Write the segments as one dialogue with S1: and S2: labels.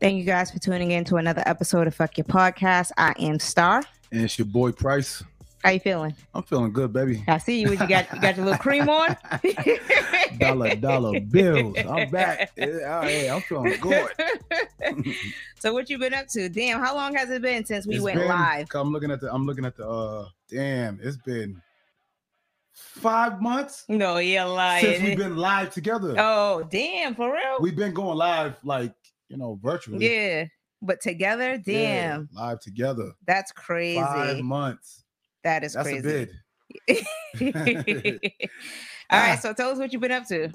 S1: Thank you guys for tuning in to another episode of Fuck Your Podcast. I am Star.
S2: And it's your boy Price.
S1: How you feeling?
S2: I'm feeling good, baby.
S1: I see you. What You got you got your little cream on.
S2: dollar dollar bills. I'm back. Yeah, I- yeah, I'm feeling good.
S1: so what you been up to? Damn, how long has it been since we
S2: It's
S1: went
S2: been-
S1: live?
S2: I'm looking at the. I'm looking at the. uh Damn, it's been five months
S1: No, yeah,
S2: since we've
S1: lying.
S2: been live together.
S1: Oh, damn, for real?
S2: We've been going live like you know virtually.
S1: yeah. But together,
S2: Yeah,
S1: damn,
S2: live together.
S1: that's crazy.
S2: Five months.
S1: that is
S2: That's a
S1: crazy.
S2: bid.
S1: All right,
S2: Ah.
S1: so tell us what you've been up to.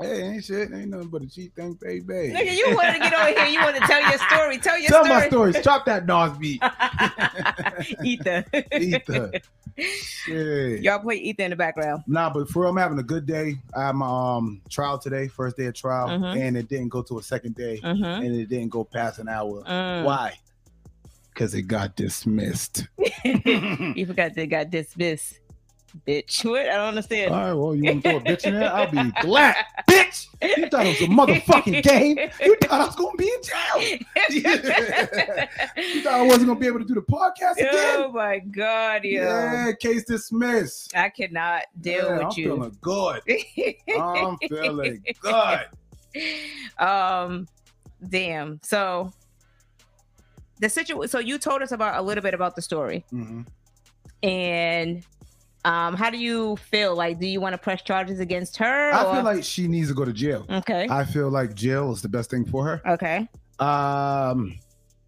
S2: Hey, ain't shit. Ain't nothing but a cheat thing, baby.
S1: Nigga, you wanted to get over here. You want to tell your story. Tell your
S2: Tell
S1: story.
S2: my stories. Chop that Nas beat.
S1: Ethan.
S2: Ether. Shit.
S1: Y'all play Ethan in the background.
S2: Nah, but for real, I'm having a good day. I had my um trial today, first day of trial,
S1: Mhm.
S2: and it didn't go to a second day,
S1: Mm-hmm. Mm.
S2: and it didn't go past an hour. Why? Because it got dismissed. All
S1: you forgot they got dismissed. Bitch. What? I don't understand.
S2: right, well, you want to throw a bitch in there? I'll be glad, bitch. You thought it was a motherfucking game. You thought I was gonna be in jail. You thought I wasn't gonna be able to do the podcast again.
S1: oh my god, yo.
S2: Yeah, case dismissed.
S1: I cannot deal
S2: Yeah,
S1: with
S2: I'm Uh-huh.
S1: you.
S2: feeling good. I'm feeling good.
S1: um damn. So the situation so you told us about a little bit about the story
S2: Mhm.
S1: and um how do you feel like do you want to press charges against her
S2: I
S1: or-
S2: feel like she needs to go to jail.
S1: okay
S2: I feel like jail is the best thing for her.
S1: okay
S2: Um,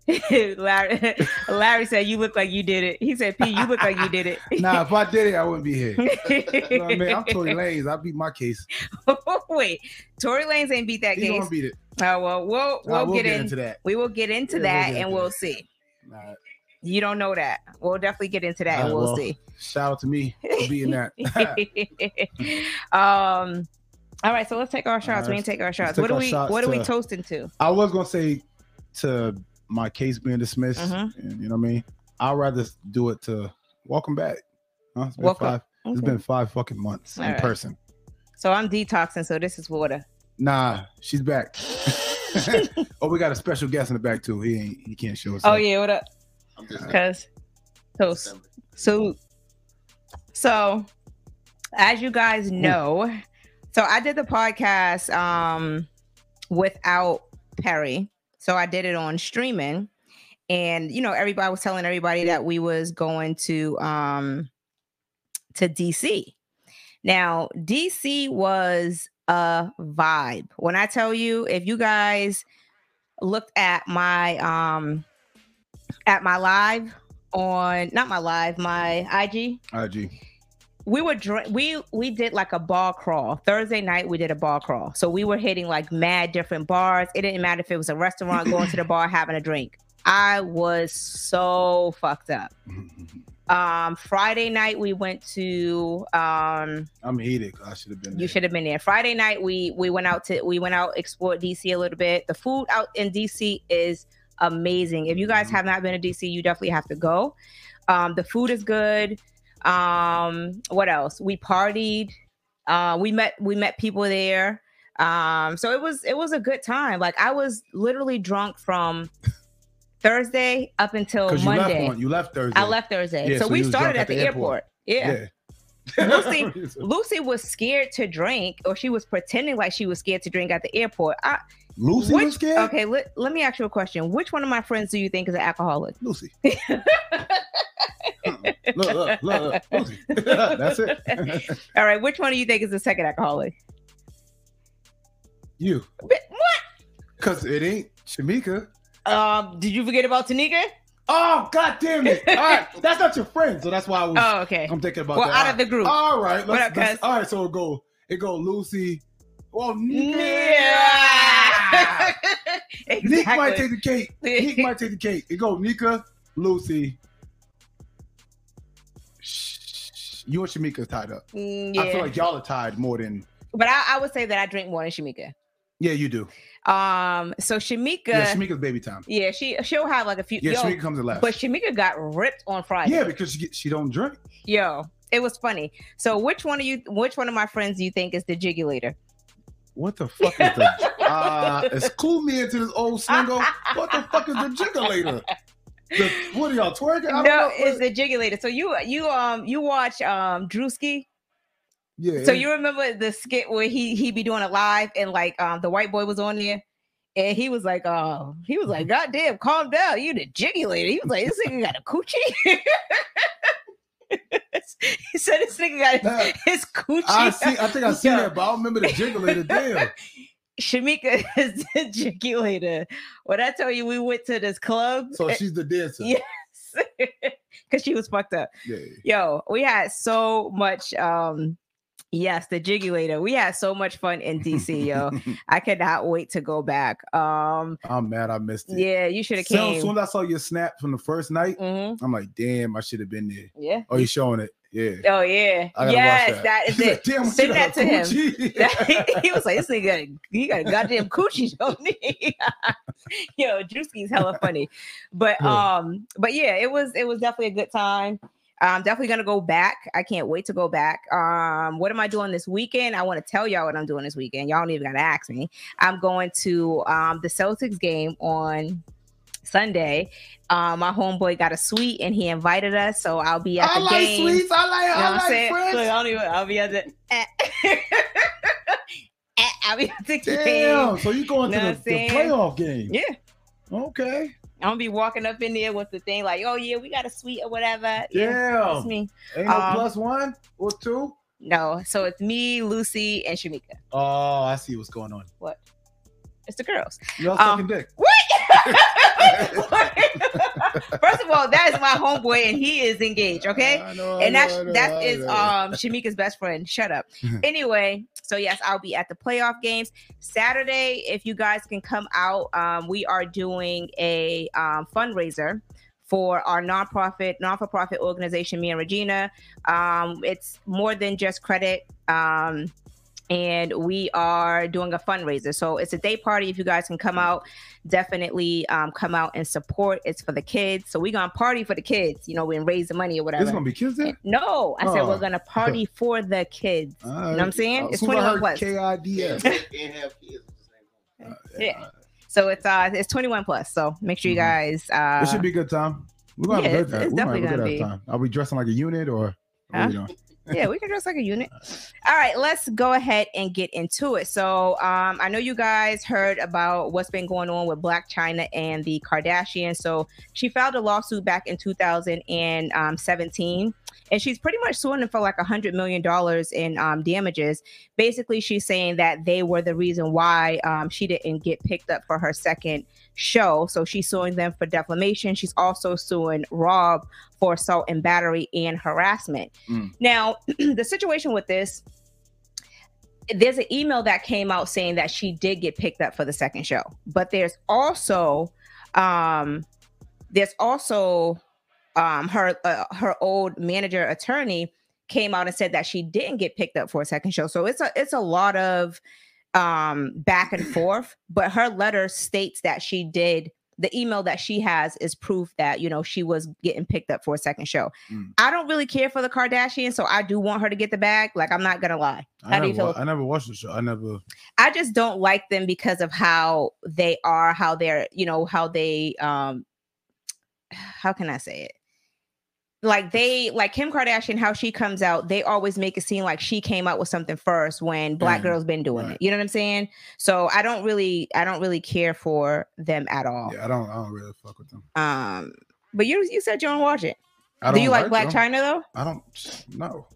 S1: Larry, Larry said, "You look like you did it." He said, "P, you look like you did it."
S2: nah, if I did it, I wouldn't be here. You know what I mean? I'm Tory Lanez. I beat my case.
S1: Wait, Tory Lanez ain't beat that
S2: He
S1: case.
S2: gonna beat it.
S1: Oh well, we'll we'll
S2: Nah, we'll
S1: get,
S2: get,
S1: in.
S2: into that.
S1: we will get into
S2: Yeah, we'll
S1: that,
S2: get
S1: and
S2: into
S1: we'll
S2: that.
S1: see.
S2: Nah,
S1: You don't know that. We'll definitely get into that,
S2: All
S1: and
S2: right,
S1: we'll,
S2: well,
S1: see.
S2: shout out to me for being that.
S1: um. All right, so let's take our shots. we
S2: right,
S1: didn't take our shots.
S2: take
S1: What do
S2: our
S1: we?
S2: shots
S1: what are we
S2: to-
S1: toasting to?
S2: I was gonna say to my case being dismissed.
S1: Mhm.
S2: and you know what I mean? I'd rather do it to welcome back. Huh? It's been
S1: Welcome.
S2: five. It's
S1: Okay.
S2: been five fucking months
S1: All
S2: in
S1: right.
S2: person.
S1: So I'm detoxing, so this is water.
S2: Nah, she's back. oh, we got a special guest in the back too. He ain't, he can't show us.
S1: Oh
S2: up.
S1: yeah, what up?
S3: I'm just
S1: Cause toast. So, so as you guys know, so I did the podcast um without Perry. So I did it on streaming, and you know everybody was telling everybody that we was going to um to DC. Now DC was a vibe. When I tell you, if you guys looked at my um at my live on not my live, my IG.
S2: IG.
S1: We were dr- we we did like a bar crawl Thursday night. We did a bar crawl, so we were hitting like mad different bars. It didn't matter if it was a restaurant, going to the bar, having a drink. I was so fucked up. Um, Friday night we went to um,
S2: I'm heated. 'cause I should have been.
S1: you
S2: there.
S1: should have been there. Friday night we we went out to we went out explored DC a little bit. The food out in DC is amazing. If you guys
S2: Mhm.
S1: have not been to DC, you definitely have to go. Um, the food is good. Um, what else? We partied. Uh, we met we met people there. Um, so it was it was a good time. Like I was literally drunk from Thursday up until
S2: Because you
S1: Monday.
S2: left on you left Thursday.
S1: I left Thursday,
S2: Yeah,
S1: so,
S2: so
S1: we
S2: you was drunk
S1: started at the, airport. yeah. We'll see. Lucy was scared to drink, or she was pretending like she was scared to drink at the airport. I,
S2: Lucy
S1: Which-
S2: was scared.
S1: okay, let, let me ask you a question. Which one of my friends do you think is an alcoholic?
S2: Lucy. look, look, look, look, Lucy. That's it.
S1: All right, which one do you think is the second alcoholic?
S2: you.
S1: What?
S2: Cause it ain't Shamika.
S1: Um, did you forget about Tanika?
S2: Oh god damn it! All right, that's not your friend, so that's why I was.
S1: Oh, okay.
S2: I'm thinking about Oh,
S1: Well,
S2: that.
S1: out of the group.
S2: All right,
S1: What
S2: let's,
S1: up,
S2: let's-
S1: cuz?
S2: all right. So it go. It go Lucy. Well, Nick.
S1: Yeah.
S2: Nick might
S1: exactly.
S2: take the cake. Nick might take the cake. It go Nika, Lucy. Shh. You and Shamika tied up.
S1: Mm,
S2: I feel
S1: yeah.
S2: like y'all are tied more than
S1: But I, I would say that I drink more than Shamika.
S2: yeah, you do.
S1: Um, so Shamika,
S2: Yeah, Shamika's baby time.
S1: yeah, she she'll have like a few.
S2: Yeah,
S1: yo,
S2: Shamika comes in last.
S1: but Shamika got ripped on Friday.
S2: yeah, because she get- she don't drink.
S1: Yo, it was funny. So which one of you which one of my friends do you think is the jigulator?
S2: What the fuck is the uh it's cool me into this old single? What the fuck is the jiggulator? The, what are y'all twerking? I don't
S1: no,
S2: know.
S1: it's the jigulator. So you you um you watch um Drewski.
S2: yeah,
S1: So
S2: it-
S1: you remember the skit where he he be doing a live and like um the white boy was on there. And he was like, "Oh, he was like, God damn, calm down, you the jigulator." He was like, "This nigga got a coochie." he said, "This nigga got
S2: Nah,
S1: his, his coochie."
S2: I see I think I seen
S1: Yo.
S2: that, but I don't remember the jiggulator. Damn.
S1: Shamika is the jigulator. When I tell you, we went to this club
S2: So she's the dancer.
S1: Eh, Yeah. because she was fucked up.
S2: Yeah.
S1: Yo, we had so much. um Yes, the jigulator. We had so much fun in DC, yo. I cannot wait to go back. Um,
S2: I'm mad I missed it.
S1: yeah, you should have
S2: So, as
S1: came.
S2: soon as I saw your snap from the first night,
S1: Mhm,
S2: I'm like, damn, I should have been there.
S1: Yeah.
S2: Oh, you showing it? Yeah.
S1: Oh yeah.
S2: I gotta watch
S1: Yes,
S2: that.
S1: that is
S2: He's
S1: it.
S2: like, damn, I
S1: Send
S2: shoulda
S1: that to him.
S2: coochie.
S1: he was like, "This nigga, got a- he got a goddamn coochie, don't he?" Yo, Drewski's hella funny, but
S2: Yeah.
S1: um, but yeah, it was it was definitely a good time. I'm definitely gonna go back. I can't wait to go back. Um, what am I doing this weekend? I want to tell y'all what I'm doing this weekend. Y'all don't even gotta ask me. I'm going to um the Celtics game on Sunday. Um, my homeboy got a suite and he invited us, so I'll be at
S2: I
S1: the
S2: like
S1: game.
S2: sweets. I like,
S1: You know
S2: I
S1: what I'm
S2: like
S1: saying?
S2: French.
S1: Look, I don't even. I'll be at the. eh. Eh, I'll be at the
S2: Damn.
S1: game.
S2: So you going to
S1: Know what
S2: the,
S1: I'm
S2: the
S1: saying?
S2: playoff game?
S1: Yeah,
S2: Okay.
S1: I'm gonna be walking up in there with the thing like, oh yeah, we got a suite or whatever.
S2: Damn.
S1: it's me.
S2: Ain't no
S1: Um,
S2: plus one or two?
S1: No, so it's me, Lucy, and Shamika.
S2: Oh, I see what's going on.
S1: What? It's the girls.
S2: Y'all
S1: Um,
S2: sucking dick.
S1: First of all, that is my homeboy, and he is engaged. Okay.
S2: I know, I
S1: and
S2: know,
S1: that's
S2: I know,
S1: that
S2: Oh, I
S1: is
S2: know.
S1: um Shamika's best friend. Shut up. anyway, so yes, I'll be at the playoff games Saturday. If you guys can come out, um, we are doing a um, fundraiser for our nonprofit non-for-profit organization, me and Regina. Um, it's more than just credit. Um, and we are doing a fundraiser. So it's a day party. If you guys can come out, definitely um, come out and support. It's for the kids. So we're going to party for the kids, you know, and raise the money or whatever.
S2: There's gonna be kids there.
S1: No, I said
S2: Oh.
S1: we're gonna party for the kids.
S2: All
S1: You know what I'm saying? It's
S2: soon I
S1: 21
S2: heard
S1: plus.
S2: KIDS.
S3: can't have kids.
S2: Oh,
S1: Yeah. So it's uh it's 21 plus. So make sure you
S2: Mhm.
S1: guys
S2: it should
S1: uh
S2: be a good time. We're gonna
S1: yeah,
S2: have a good
S1: it's-
S2: time.
S1: it's
S2: We're gonna have a good
S1: definitely
S2: ass
S1: gonna
S2: time. Are we dressing like a unit or? what
S1: Huh?
S2: we doing?
S1: yeah, we can dress like a unit. All right, let's go ahead and get into it. So um I know you guys heard about what's been going on with Black China and the Kardashians. So she filed a lawsuit back in 2017 and she's pretty much suing them for like a hundred million dollars in um, damages basically she's saying that they were the reason why um, she didn't get picked up for her second show so she's suing them for defamation she's also suing rob for assault and battery and harassment
S2: Mm.
S1: now the situation with this there's an email that came out saying that she did get picked up for the second show but there's also um there's also um her uh, her old manager attorney came out and said that she didn't get picked up for a second show so it's a it's a lot of um back and forth but her letter states that she did the email that she has is proof that you know she was getting picked up for a second show
S2: Mm.
S1: i don't really care for the kardashians so i do want her to get the bag like i'm not gonna lie How
S2: I
S1: do
S2: never,
S1: you feel?
S2: wa- I never watched the show. I never.
S1: I just don't like them because of how they are, how they're, you know, how they um how can I say it? Like they like Kim Kardashian, how she comes out, they always make it seem like she came out with something first when black
S2: Mhm.
S1: girls been doing
S2: Right.
S1: it. You know what I'm saying? So I don't really I don't really care for them at all.
S2: Yeah, I don't. I don't really fuck with them.
S1: Um but you you said you don't watch it.
S2: I don't
S1: Do you like Black
S2: them.
S1: China though?
S2: I don't. No.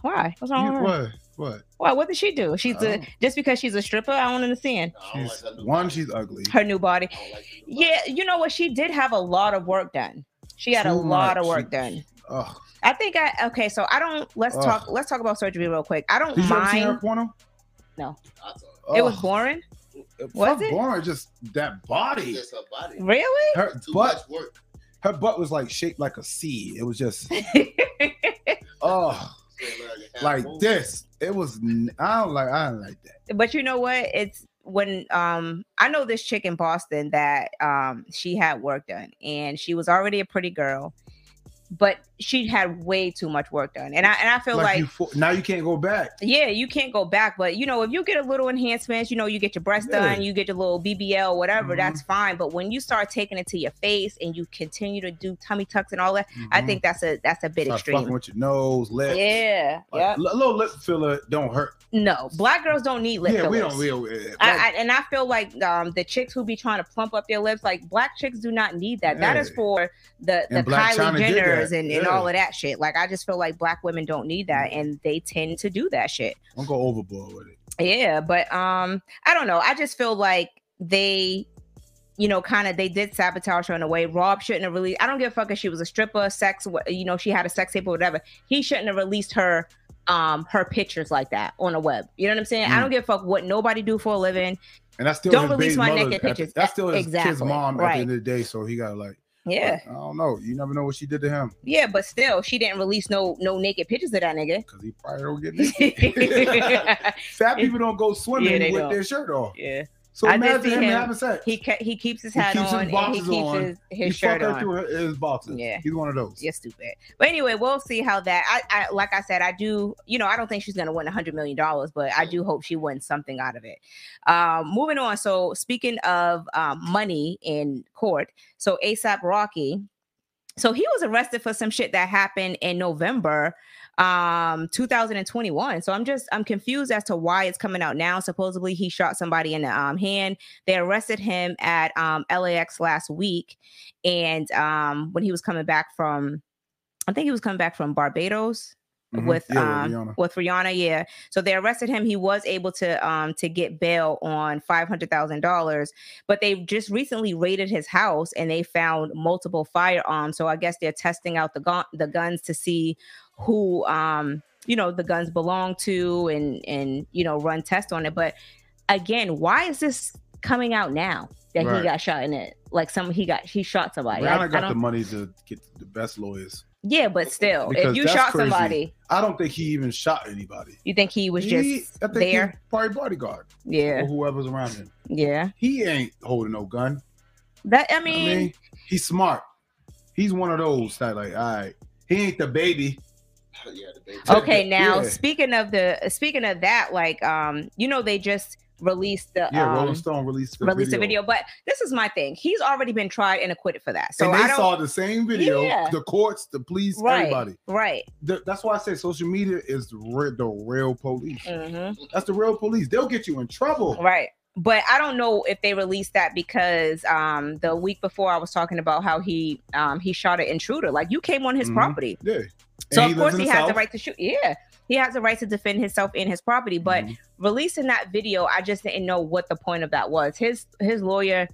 S1: Why? What's
S2: You-
S1: wrong with her?
S2: what? What?
S1: Why? What did she do? She's
S2: I
S1: a,
S2: don't-
S1: just because she's a stripper. I don't understand
S2: She's one. She's ugly.
S1: her new body.
S3: I don't like the new
S1: Yeah, you know what? She did have a lot of work done. She had a
S2: Too
S1: lot of
S2: much.
S1: work done.
S2: Ugh.
S1: I think I okay. So I don't. Let's
S2: Ugh.
S1: talk. Let's talk about surgery real quick. I don't
S2: Did you ever see her
S1: mind.
S2: porno?
S3: I thought
S1: It was
S2: Ugh.
S1: boring. was
S2: Fuck
S1: it?
S2: boring. Just that
S3: it's
S2: body.
S3: just her body.
S1: Really?
S2: Her
S3: Too
S2: butt.
S3: much work.
S2: Her butt was like shaped like a C. It was just. Oh,
S3: She ain't learned to have
S2: like
S3: moves.
S2: this. It was. n- I don't like. I don't like that.
S1: but you know what? It's when um I know this chick in Boston that um she had work done and she was already a pretty girl, but she had way too much work done, and I and I feel like,
S2: you fo- now you can't go back.
S1: yeah, you can't go back, but you know if you get a little enhancements, you know you get your breast
S2: Yeah.
S1: done, you get your little BBL, whatever,
S2: Mhm.
S1: that's fine. But when you start taking it to your face and you continue to do tummy tucks and all that, I
S2: Mhm.
S1: think that's a that's a bit
S2: Start fucking
S1: extreme.
S2: with your nose, lips.
S1: Yeah,
S2: Like,
S1: yeah.
S2: li- little lip filler don't hurt.
S1: No, black girls don't need lip
S2: yeah, we
S1: fillers.
S2: don't. We don't.
S1: I, I, and I feel like um, the chicks who be trying to plump up their lips, like black chicks do not need that. That is
S2: Yeah.
S1: for the, the
S2: And Blac
S1: Kylie
S2: Chyna did
S1: Jenners
S2: that.
S1: and, and
S2: Yeah. Mm.
S1: all of that shit. Like I just feel like black women don't need that and they tend to do that shit.
S2: don't go overboard with it.
S1: Yeah, but um I don't know. I just feel like they you know, kind of, they did sabotage her in a way. Rob shouldn't have really. I don't give a fuck if she was a stripper, sex, wha- you know, she had a sex tape or whatever. He shouldn't have released her, um, her pictures like that on the web. You know what I'm saying? I
S2: Mm.
S1: don't give a fuck what nobody do for a living.
S2: And that's still
S1: Don't
S2: his
S1: release
S2: baby
S1: my
S2: mother
S1: naked
S2: at the-
S1: pictures.
S2: That's still his kid's
S1: Exactly,
S2: mom at
S1: right.
S2: the end of the day. So he got like,
S1: Yeah.
S2: I don't know. You never know what she did to him
S1: Yeah, but still, she didn't release no no naked pictures of that nigga.
S2: because he probably don't get naked.
S1: yeah,
S2: Fat people don't go swimming
S1: Yeah, they
S2: with
S1: don't.
S2: their shirt off. So
S1: I did
S2: imagine
S1: see
S2: him,
S1: him.
S2: having sex.
S1: he ke- he keeps his
S2: He
S1: hat
S2: keeps his
S1: on and he
S2: boxes
S1: keeps
S2: on.
S1: his,
S2: he
S1: his
S2: fucked
S1: shirt
S2: her
S1: on.
S2: through her, his boxes.
S1: Yeah.
S2: he's one of those.
S1: You're stupid. But anyway, we'll see how that. I, I like I said, I do. You know, I don't think she's gonna win a hundred million dollars, but I do hope she wins something out of it. Um, moving on. So speaking of um, money in court, so ASAP Rocky. So he was arrested for some shit that happened in November um 2021 so i'm just i'm confused as to why it's coming out now supposedly he shot somebody in the um hand they arrested him at um lax last week and um when he was coming back from i think he was coming back from barbados
S2: Mhm.
S1: with
S2: Yeah,
S1: um
S2: Rihanna.
S1: with Rihanna, yeah. So they arrested him. He was able to um to get bail on five hundred thousand dollars, but they just recently raided his house and they found multiple firearms. So I guess they're testing out the gun the guns to see who um you know the guns belong to and and you know run tests on it. But again, why is this coming out now that
S2: Right.
S1: he got shot in it? Like some he got he shot somebody. I- I
S2: Rihanna got
S1: don't-
S2: the money to get the best lawyers.
S1: yeah, but still, if
S2: Because
S1: you
S2: that's
S1: shot
S2: crazy.
S1: somebody,
S2: I don't think he even shot anybody.
S1: you think he was just
S2: He- I think
S1: there?
S2: he's probably bodyguard
S1: Yeah,
S2: or whoever's around him.
S1: yeah.
S2: He ain't holding no gun.
S1: That I
S2: I
S1: mean,
S2: mean, he's smart. He's one of those that like, all right, he ain't the baby.
S3: yeah, the baby.
S1: okay. Now
S2: Yeah.
S1: speaking of the speaking of that, like um, you know, they just released the
S2: Yeah,
S1: um,
S2: Rolling Stone released the
S1: released
S2: video.
S1: a video, but this is my thing. He's already been tried and acquitted for that, so
S2: and they
S1: I don't.
S2: saw the same video.
S1: Yeah.
S2: The courts, the police,
S1: Right.
S2: everybody.
S1: right.
S2: The- that's why I say social media is the real, the real police.
S1: hmm
S2: That's the real police. They'll get you in trouble.
S1: Right. But I don't know if they released that because um the week before I was talking about how he um he shot an intruder. Like you came on his
S2: Mhm.
S1: property.
S2: Yeah.
S1: So
S2: And
S1: of
S2: lives
S1: course
S2: in
S1: he has the
S2: South.
S1: right to shoot. Yeah. He has the right to defend himself in his property, but
S2: Mhm.
S1: releasing that video, I just didn't know what the point of that was. His his lawyer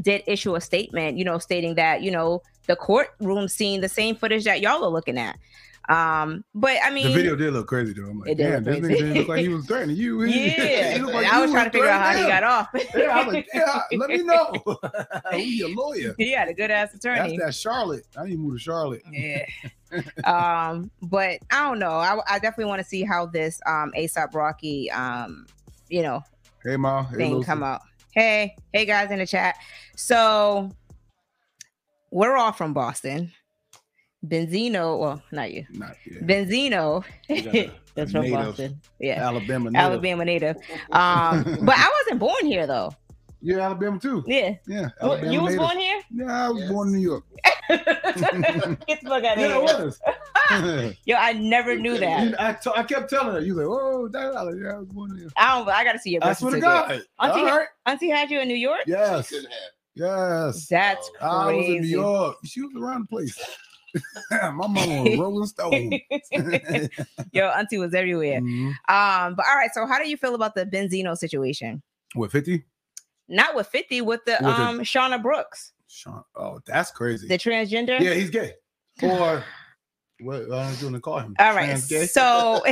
S1: did issue a statement, you know, stating that you know the courtroom seen the same footage that y'all are looking at. Um, but I mean,
S2: the video did look crazy though. I'm like,
S1: It did look
S2: damn, this nigga
S1: crazy."
S2: didn't look like he was threatening you.
S1: yeah,
S2: He looked like
S1: I
S2: you
S1: was trying to figure out how he
S2: threatening
S1: got
S2: him.
S1: off.
S2: Yeah, I was like, yeah, let me know. we a lawyer.
S1: He had a good ass attorney.
S2: That's that Charlotte. I need to move to Charlotte.
S1: Yeah. um, but I don't know. I, I definitely want to see how this um ASAP Rocky um, you know,
S2: Hey, ma. Hey,
S1: thing
S2: Lucy.
S1: come out. Hey, hey guys in the chat. So we're all from Boston. Benzino, well, not you.
S2: Not yeah.
S1: Benzino
S2: Yeah,
S1: that's
S2: a
S1: from
S2: native.
S1: Boston. Yeah.
S2: Alabama. native.
S1: Alabama native. Um, but I wasn't born here though.
S2: You're Alabama too.
S1: Yeah.
S2: Yeah.
S1: Well,
S2: Alabama
S1: you was
S2: native.
S1: born here?
S2: Yeah, I was
S3: Yes.
S2: born in New York.
S1: Get the fuck out of
S2: Yeah, I
S1: here.
S2: was.
S1: Yo, I never knew that.
S2: And I to- I kept telling her. You was like, oh, that, I was like, yeah, I was born in New York.
S1: I don't I gotta see your
S2: I
S1: birth
S2: swear to
S1: certificate.
S2: God.
S1: Auntie-
S2: All right.
S1: Auntie had you in New York?
S2: Yes.
S3: Couldn't have.
S2: Yes.
S1: That's crazy.
S2: I was in New York. She was around the place. My mom was Rolling Stone.
S1: Yo, Auntie was everywhere.
S2: Mhm.
S1: Um, but all right, so how do you feel about the Benzino situation?
S2: What, 50?
S1: Not with 50, with the
S2: With the-
S1: um Shauna Brooks,
S2: Sean. Oh, that's crazy.
S1: the transgender.
S2: Yeah, he's gay. Or what? I don't know what to call him.
S1: All right.
S2: Trans gay?
S1: So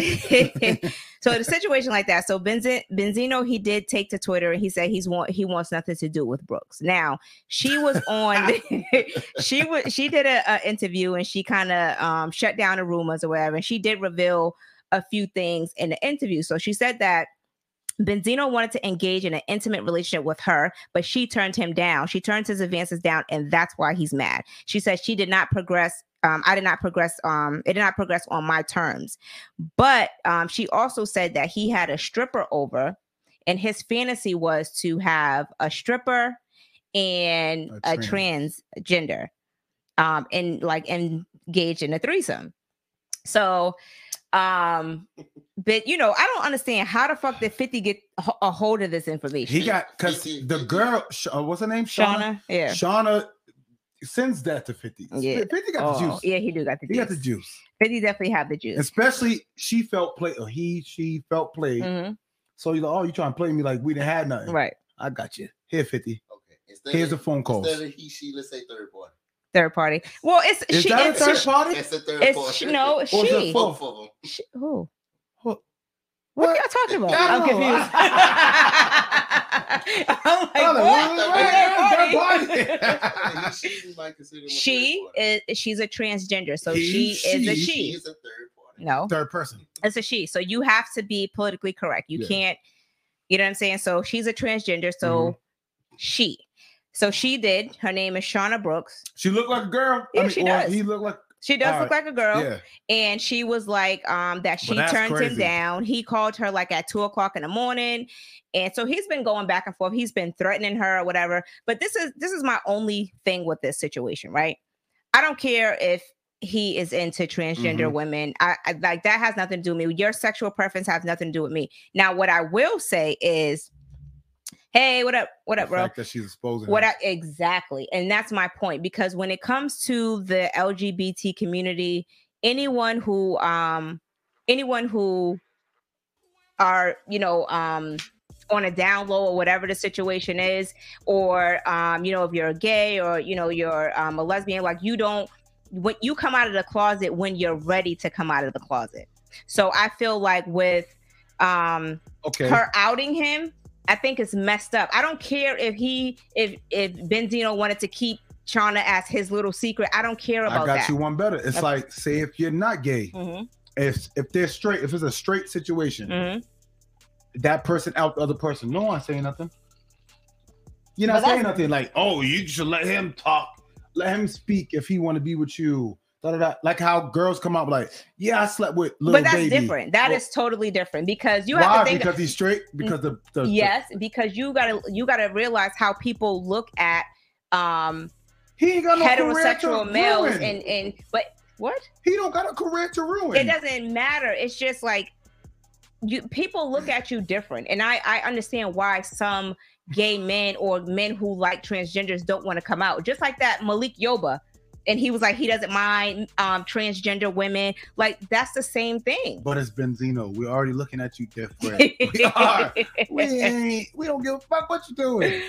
S1: so the situation like that. So Benzi- Benzino, he did take to Twitter and he said he's want he wants nothing to do with Brooks. Now she was on she was she did a, a interview and she kind of um shut down the rumors or whatever. And she did reveal a few things in the interview. So she said that Benzino wanted to engage in an intimate relationship with her, but she turned him down. She turned his advances down, and that's why he's mad. She says she did not progress. Um, I did not progress. Um, it did not progress on my terms. But um, she also said that he had a stripper over, and his fantasy was to have a stripper and
S2: A
S1: a transgender, um, and like engage in a threesome. So um, but you know, I don't understand how the fuck did Fifty get a a hold of this information?
S2: He got because the girl, Sh- uh, what's her name?
S1: Shauna, yeah,
S2: Shauna sends that to 50.
S1: Yeah.
S2: 50 got the
S1: oh,
S2: juice.
S1: yeah, he do got the
S2: He got the
S1: juice.
S2: juice.
S1: Fifty definitely have the juice.
S2: Especially she felt play or he she felt played.
S1: Mhm,
S2: So you're like, oh, you trying to play me like we didn't have nothing.
S1: Right,
S2: I got you. Here, 50.
S3: Okay. Instead
S2: Here's a
S3: of,
S2: phone call.
S3: instead of he, she, let's say third party.
S1: third party. Well, it's
S2: Is
S1: she.
S2: that a
S1: It's,
S2: third party?
S3: That's the third
S1: it's
S3: party.
S1: she, no, it's
S2: Or is it
S1: she.
S2: fuck?
S3: Both of them.
S1: she who?
S2: What?
S1: What are y'all talking about?
S2: I
S1: I'm
S2: don't know.
S1: confused. I'm like,
S2: I'm like,
S1: what?
S2: what?
S1: A third
S2: Right,
S1: party?
S2: third party.
S3: He, she, we might consider him a
S1: she
S3: third party.
S1: is. She's a transgender, so
S2: He,
S1: she is a
S2: she,
S3: He
S1: she.
S3: is a third party.
S1: No,
S2: Third person.
S1: it's a she. So you have to be politically correct. You
S2: Yeah.
S1: can't, you know what I'm saying? So she's a transgender. So
S2: Mm-hmm.
S1: she. So she did. Her name is Shauna Brooks.
S2: She looked like a girl.
S1: Yeah, she
S2: or
S1: does.
S2: He looked like
S1: She does
S2: All
S1: look like a girl.
S2: yeah.
S1: And she was like, um, that she
S2: that's
S1: turned him
S2: crazy.
S1: down. He called her like at two o'clock in the morning. And so he's been going back and forth. He's been threatening her or whatever. But this is this is my only thing with this situation, right? I don't care if he is into transgender
S2: Mhm.
S1: women. I, I like that has nothing to do with me. Your sexual preference has nothing to do with me. Now, what I will say is, hey, what up, what
S2: The
S1: up, bro?
S2: fact that she's exposing.
S1: What
S2: him.
S1: I, exactly, and that's my point because when it comes to the LGBT community, anyone who um anyone who are you know um on a down low or whatever the situation is, or um you know if you're gay or you know you're um, a lesbian, like you don't when you come out of the closet when you're ready to come out of the closet. So I feel like with um
S2: okay.
S1: her outing him i think it's messed up i don't care if he if if benzino wanted to keep chana as his little secret i don't care about
S2: I got
S1: that
S2: you one better. It's
S1: Okay.
S2: like say if you're not gay,
S1: Mhm,
S2: if if they're straight, if it's a straight situation,
S1: mhm.
S2: that person out the other person. No one saying nothing. You're
S1: But
S2: not
S1: that's-
S2: saying nothing like, oh, you should let him talk, let him speak if he want to be with you. Da, da, da. Like how girls come out like, yeah, I slept with little
S1: but that's
S2: baby.
S1: different That is
S2: Well-
S1: totally different because you
S2: Why?
S1: have to think Mm,
S2: because he's straight. Because the, the the-
S1: yes because you gotta you gotta realize how people look at um
S2: he ain't got no heterosexual
S1: heterosexual
S2: career
S1: males
S2: to ruin.
S1: and and but what
S2: he don't got a career to ruin.
S1: it doesn't matter it's just like you people look at you different and i i understand why some gay men or men who like transgenders don't want to come out just like that malik yoba and he was like he doesn't mind um transgender women like that's the same thing
S2: But it's Benzino. We're already looking at you different. we are. We ain't. We don't give a fuck what you're doing.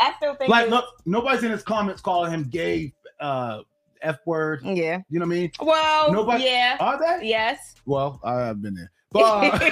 S1: i still think
S2: Like,
S1: it-
S2: look, nobody's in his comments calling him gay, uh, f word.
S1: yeah
S2: You know what I mean?
S1: well
S2: Nobody-
S1: yeah
S2: Are they?
S1: yes
S2: Well, I've been there, but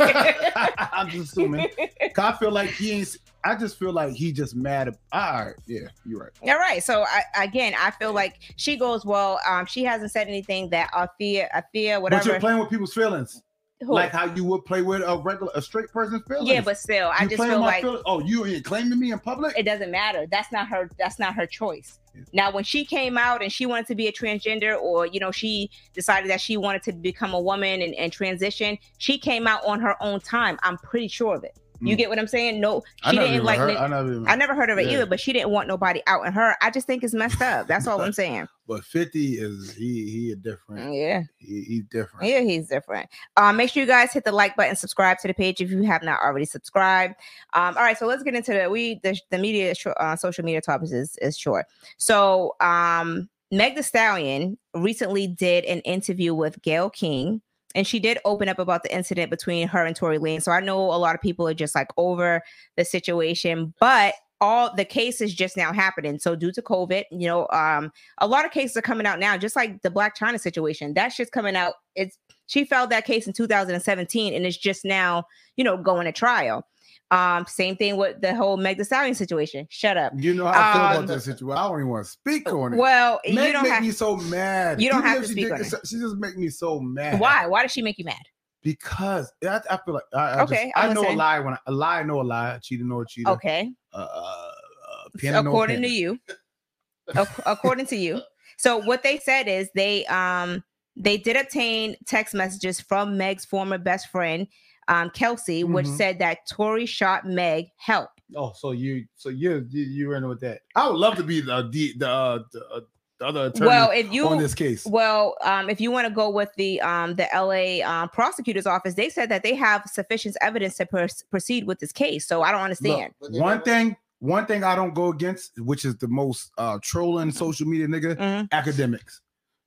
S2: I'm just assuming. 'Cause I feel like he ain't. I just feel like he just mad. At, all right, yeah, you're right.
S1: All right. So I, again, I feel like she goes well. Um, she hasn't said anything that Afia, Afia,
S2: But you're
S1: whatever.
S2: playing with people's feelings,
S1: who-
S2: like how you would play with a regular, a straight person's feelings.
S1: yeah, but still, I
S2: You
S1: just
S2: playing
S1: feel
S2: my
S1: like
S2: feelings- Oh, you ain't claiming me in public.
S1: it doesn't matter. That's not her. That's not her choice.
S2: Yeah.
S1: Now, when she came out and she wanted to be a transgender, or you know, she decided that she wanted to become a woman and, and transition, she came out on her own time. I'm pretty sure of it. You
S2: Mm.
S1: get what I'm saying? No,
S2: I
S1: she
S2: never
S1: didn't
S2: even
S1: like.
S2: heard- I never even.
S1: I never heard of it
S2: Yeah.
S1: either, but she didn't want nobody out in her. I just think it's messed up. That's all I'm saying.
S2: but Fifty is he? He a different.
S1: Yeah.
S2: He, he different.
S1: Mm. Yeah, he's different. Um, make sure you guys hit the like button, subscribe to the page if you have not already subscribed. Um, all right, so let's get into the we the, the media is short- uh, social media topics is is short. So, um, Meg The Stallion recently did an interview with Gail King. And she did open up about the incident between her and Tory Lane. So I know a lot of people are just like over the situation, but all the cases just now happening. So due to COVID, you know, um, a lot of cases are coming out now, just like the Black China situation. That's just coming out. It's she filed that case in 2017, and it's just now, you know, going to trial. Um, same thing with the whole Meg Thee Stallion situation. Shut up.
S2: You know how I feel
S1: Um,
S2: about that situation. I don't even want to speak on it.
S1: Well,
S2: Meg
S1: you don't
S2: make
S1: have.
S2: me so mad.
S1: you don't
S2: Even
S1: have
S2: if
S1: to
S2: she
S1: speak
S2: did
S1: on
S2: this- She just make me so mad.
S1: Why? Why does she make you mad?
S2: because I, I feel like I, I
S1: Okay,
S2: just-
S1: I'm
S2: I know a
S1: listening.
S2: lie when I, a lie know a lie, a cheater know a cheater.
S1: Okay.
S2: Uh, uh, uh,
S1: So
S2: pen know a
S1: according
S2: pen.
S1: to you ac- according to you so what they said is they um they did obtain text messages from meg's former best friend um kelsey which
S2: Mhm.
S1: said that tori shot meg help
S2: Oh, so you, so you, you, you're in with that. I would love to be the the the, uh, the, uh, the other attorney
S1: well if you
S2: on this case.
S1: well um if you want to go with the um the la um, prosecutor's office they said that they have sufficient evidence to pers- proceed with this case so i don't understand
S3: But they
S2: one
S3: never-
S2: thing, one thing I don't go against, which is the most uh trolling social media nigga,
S1: Mhm.
S2: academics.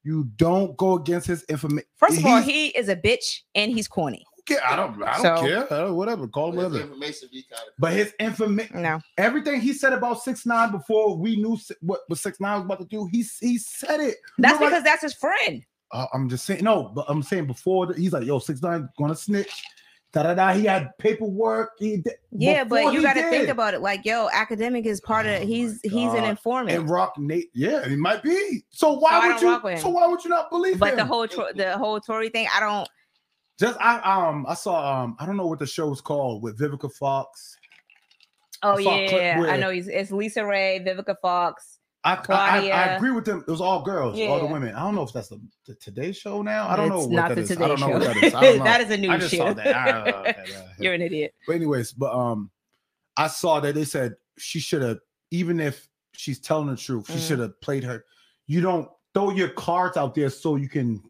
S2: You don't go against his information.
S1: first of all
S2: He's-
S1: he is a bitch and he's corny
S2: I don't, I don't
S1: So-
S2: care. Uh, whatever, call him
S3: But the
S2: whatever.
S3: information be kind of.
S2: But his information.
S1: no
S2: Everything he said about six nine before we knew si- what what six nine was about to do, he he said it.
S1: that's
S2: Nobody-
S1: because that's his friend
S2: Uh, I'm just saying no, but I'm saying before the, he's like, yo, six nine gonna snitch. Da da da. He had paperwork. He did,
S1: yeah
S2: Before
S1: but you
S2: he
S1: got to think
S2: did.
S1: about it like yo academic is part
S2: Oh
S1: of
S2: my
S1: he's he's an
S2: God.
S1: informant
S2: and rock Nate. Yeah, he might be. So
S1: So I
S2: why
S1: don't rock
S2: would
S1: with
S2: you?
S1: him.
S2: So why would you not believe
S1: but
S2: him?
S1: the whole tro- the whole Tory thing, I don't.
S2: just I um I saw um I don't know what the show's called with Vivica Fox.
S1: Oh
S2: saw a clip
S1: yeah, I
S2: where-
S1: know he's it's Lisa Ray, Vivica Fox.
S2: I, I- I, I
S1: Claudia.
S2: agree with them. It was all girls, all the
S1: Yeah.
S2: women. I don't know if that's the, the Today Show now. I don't know
S1: It's
S2: what
S1: not
S2: that
S1: the
S2: is.
S1: Today
S2: I don't know what
S1: Show.
S2: that is. I don't know.
S1: that is a new
S2: I just
S1: shit.
S2: saw that. I- uh, I- okay, yeah.
S1: You're an idiot.
S2: But anyways, but um, I saw that they said she should have, even if she's telling the truth, she
S1: Mm.
S2: should have played her. You don't throw your cards out there so you can,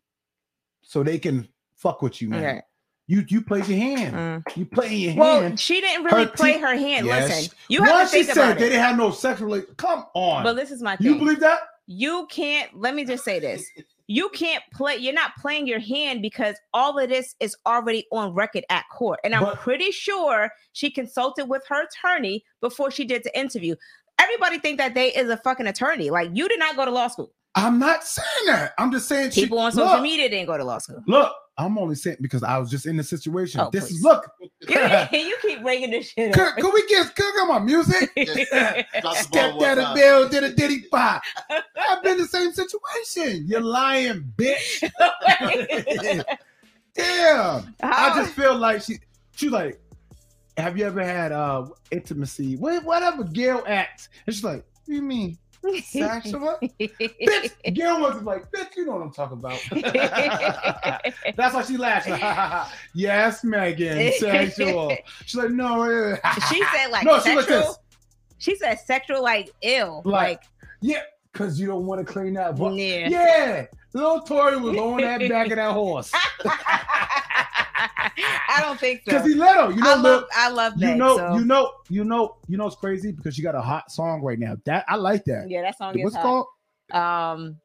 S2: so they can fuck with you, man.
S1: Okay.
S2: You you played your hand.
S1: Mm.
S2: You playing your
S1: Well,
S2: hand.
S1: she didn't really
S2: Her
S1: play
S2: teeth-
S1: her hand.
S2: Yes.
S1: Listen, you have
S2: Once
S1: to think
S2: she said
S1: about
S2: they
S1: it.
S2: didn't have no sexual relation, come on.
S1: But this is my
S2: you
S1: thing.
S2: believe that?
S1: you can't. Let me just say this. You can't play. You're not playing your hand because all of this is already on record at court, and I'm
S2: But-
S1: pretty sure she consulted with her attorney before she did the interview. Everybody think that they is a fucking attorney. Like you did not go to law school.
S2: I'm not saying that. I'm just saying she-
S1: People on social
S2: look,
S1: media didn't go to law school.
S2: Look, I'm only saying because I was just in the situation.
S1: Oh,
S2: this
S1: please.
S2: is look.
S1: you, you keep bringing this shit
S2: Could,
S1: up.
S2: could we get could I get my music?
S3: Drop the ball
S2: Stepped
S3: one
S2: out
S3: time.
S2: of bill, did a diddy pop. I've been in the same situation. You lying bitch. Damn. I
S1: How-
S2: just feel like she she's like, have you ever had uh intimacy? What whatever Gail acts. And she's like, what do you mean? Sexual? bitch, Gail was like, bitch, you know what I'm talking about. That's why she laughed. yes, Megan, sexual. She's like, no. eh."
S1: she said like
S2: No, she was
S1: sexual.
S2: this.
S1: she said sexual like ill. Like,
S2: Like, Cause you don't want to clean that. bu-
S1: yeah.
S2: Yeah, little Tori was on that back of that horse.
S1: I don't think so.
S2: Cause he let her. You know,
S1: I love
S2: look,
S1: I love
S2: you
S1: that.
S2: know,
S1: so.
S2: you know, you know, you know, it's crazy because you got a hot song right now. That I like that.
S1: yeah, that song is
S2: What's it
S1: hot.
S2: called?
S1: Um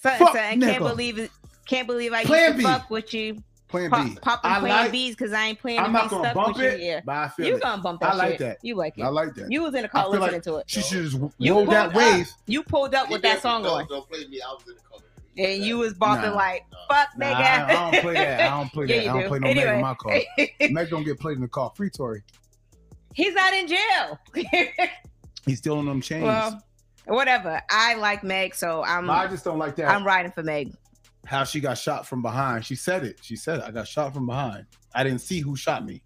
S1: so,
S2: Fuck
S1: so I can't
S2: nigga.
S1: believe it. Can't believe I used
S2: Plan
S1: to
S2: B.
S1: fuck with you.
S2: Plan
S1: Pop,
S2: B.
S1: pop
S2: I
S1: and playing
S2: like-
S1: B's because I ain't playing.
S2: I'm
S1: to
S2: not
S1: be
S2: gonna
S1: stuck
S2: bump
S1: with you.
S2: it,
S1: Yeah,
S2: but I feel
S1: you
S2: it.
S1: gonna bump that
S2: I like
S1: shit.
S2: that.
S1: You like it.
S2: I like that.
S1: You was in the car
S2: I feel
S1: listening
S2: like
S1: to it.
S2: She should just
S1: You
S2: roll that
S1: pulled up.
S2: wave.
S1: You pulled up with
S3: Yeah,
S1: that song
S3: don't-
S1: on,
S3: don't- Don't play me. I was in the color.
S1: and you was bopping
S2: Nah.
S1: like
S3: Nah.
S1: fuck,
S2: Nah,
S1: nigga.
S2: I, I don't play that. I don't play
S1: Yeah,
S2: that.
S1: you
S2: I don't
S1: do.
S2: play no Meg in
S1: Anyway.
S2: my car. Meg don't get played in the car. Free Tory.
S1: He's not in jail.
S2: He's still on them chains.
S1: well, um, whatever. I like Meg, so I'm
S2: But I just don't like that.
S1: I'm riding for Meg.
S2: how she got shot from behind. She said it. She said, I got shot from behind. I didn't see who shot me.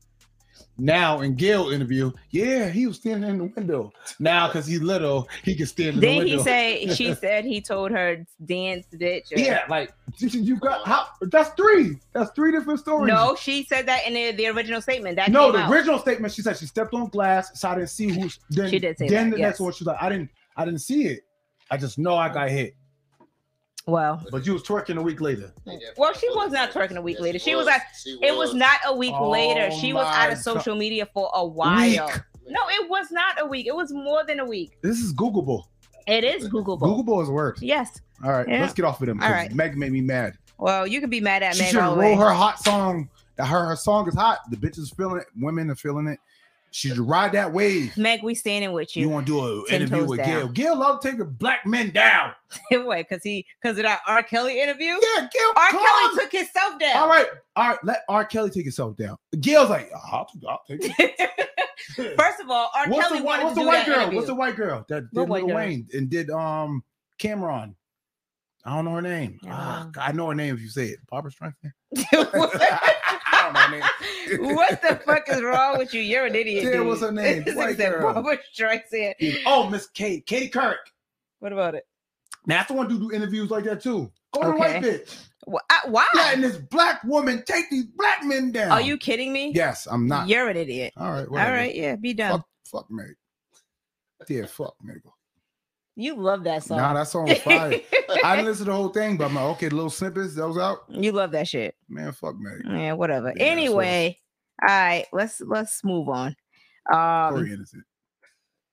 S2: Now in Gail interview, yeah, he was standing in the window. Now because he's little, he can stand in the
S1: Then
S2: window.
S1: he say she said he told her dance bitch. or-
S2: yeah, like you- you got how, that's three. That's three different stories.
S1: No, she said that in the, the original statement. That
S2: no,
S1: came
S2: the
S1: out.
S2: original statement she said she stepped on glass, so I didn't see who. Then,
S1: She did say
S2: Then
S1: that,
S2: the next
S1: yes.
S2: one, she's like, I didn't, I didn't see it. I just know I got hit.
S1: well,
S2: But you was twerking a week later.
S1: Well, she was not twerking a week later. She was at-
S3: She
S1: it was not a week
S2: Oh
S1: later. She was out of
S2: my
S1: social media for a while.
S2: Week.
S1: No, it was not a week. It was more than a week.
S2: This is Googleable.
S1: It is Googleable.
S2: Googleable is worse.
S1: Yes.
S2: All right,
S1: Yeah.
S2: let's get off of them.
S1: All
S2: 'cause
S1: right.
S2: Meg made me mad.
S1: Well, you can be mad at
S2: she
S1: Meg
S2: should
S1: all
S2: roll
S1: the way.
S2: her hot song. That her her song is hot. The bitch is feeling it. Women are feeling it. She should ride that wave.
S1: Meg, we standing with
S2: You
S1: you.
S2: want to do an
S1: Ten
S2: interview
S1: toes
S2: with Gail?
S1: down.
S2: Gail love taking black men down.
S1: Wait, because he because of that R. Kelly interview.
S2: Yeah, Gail.
S1: R.
S2: come
S1: Kelly
S2: on.
S1: took himself down.
S2: All right, all right. Let R. Kelly take himself down. Gail's like, "Ah, I'll, I'll take it.
S1: First of all, R.
S2: what's
S1: Kelly
S2: the,
S1: wanted
S2: white-
S1: to
S2: what's the
S1: do
S2: white
S1: that
S2: girl?
S1: interview.
S2: What's the white girl that
S1: What
S2: did
S1: white
S2: Lil
S1: girl?
S2: Wayne and did um Cameron? I don't know her name.
S1: I don't
S2: Ah,
S1: know.
S2: I know her name if you say it. Barbara Streisand.
S1: what? What the fuck is wrong with you? You're an idiot.
S2: Yeah,
S1: dude.
S2: what's her name?
S1: This
S2: White
S1: is that
S2: girl.
S1: Barbra Streisand.
S2: Oh, Miss Kate. Katie Kirk.
S1: What about it?
S2: Now that's the one who do interviews like that too. Go to the
S1: Okay.
S2: white bitch.
S1: Wh- I- Why?
S2: Letting this black woman take these black men down.
S1: Are you kidding me?
S2: Yes, I'm not.
S1: You're an idiot.
S2: All right. Whatever.
S1: All right, yeah, be done.
S2: Fuck, fuck Mary. Yeah, fuck nigga.
S1: You love that song.
S2: Nah, that song was fire. I didn't listen to the whole thing, but I'm like, okay, the little snippets that was out.
S1: you love that shit.
S2: Man, fuck Mary.
S1: Yeah, whatever.
S2: Yeah, so-
S1: anyway, all right, let's let's move on. Um,
S2: Corey innocent.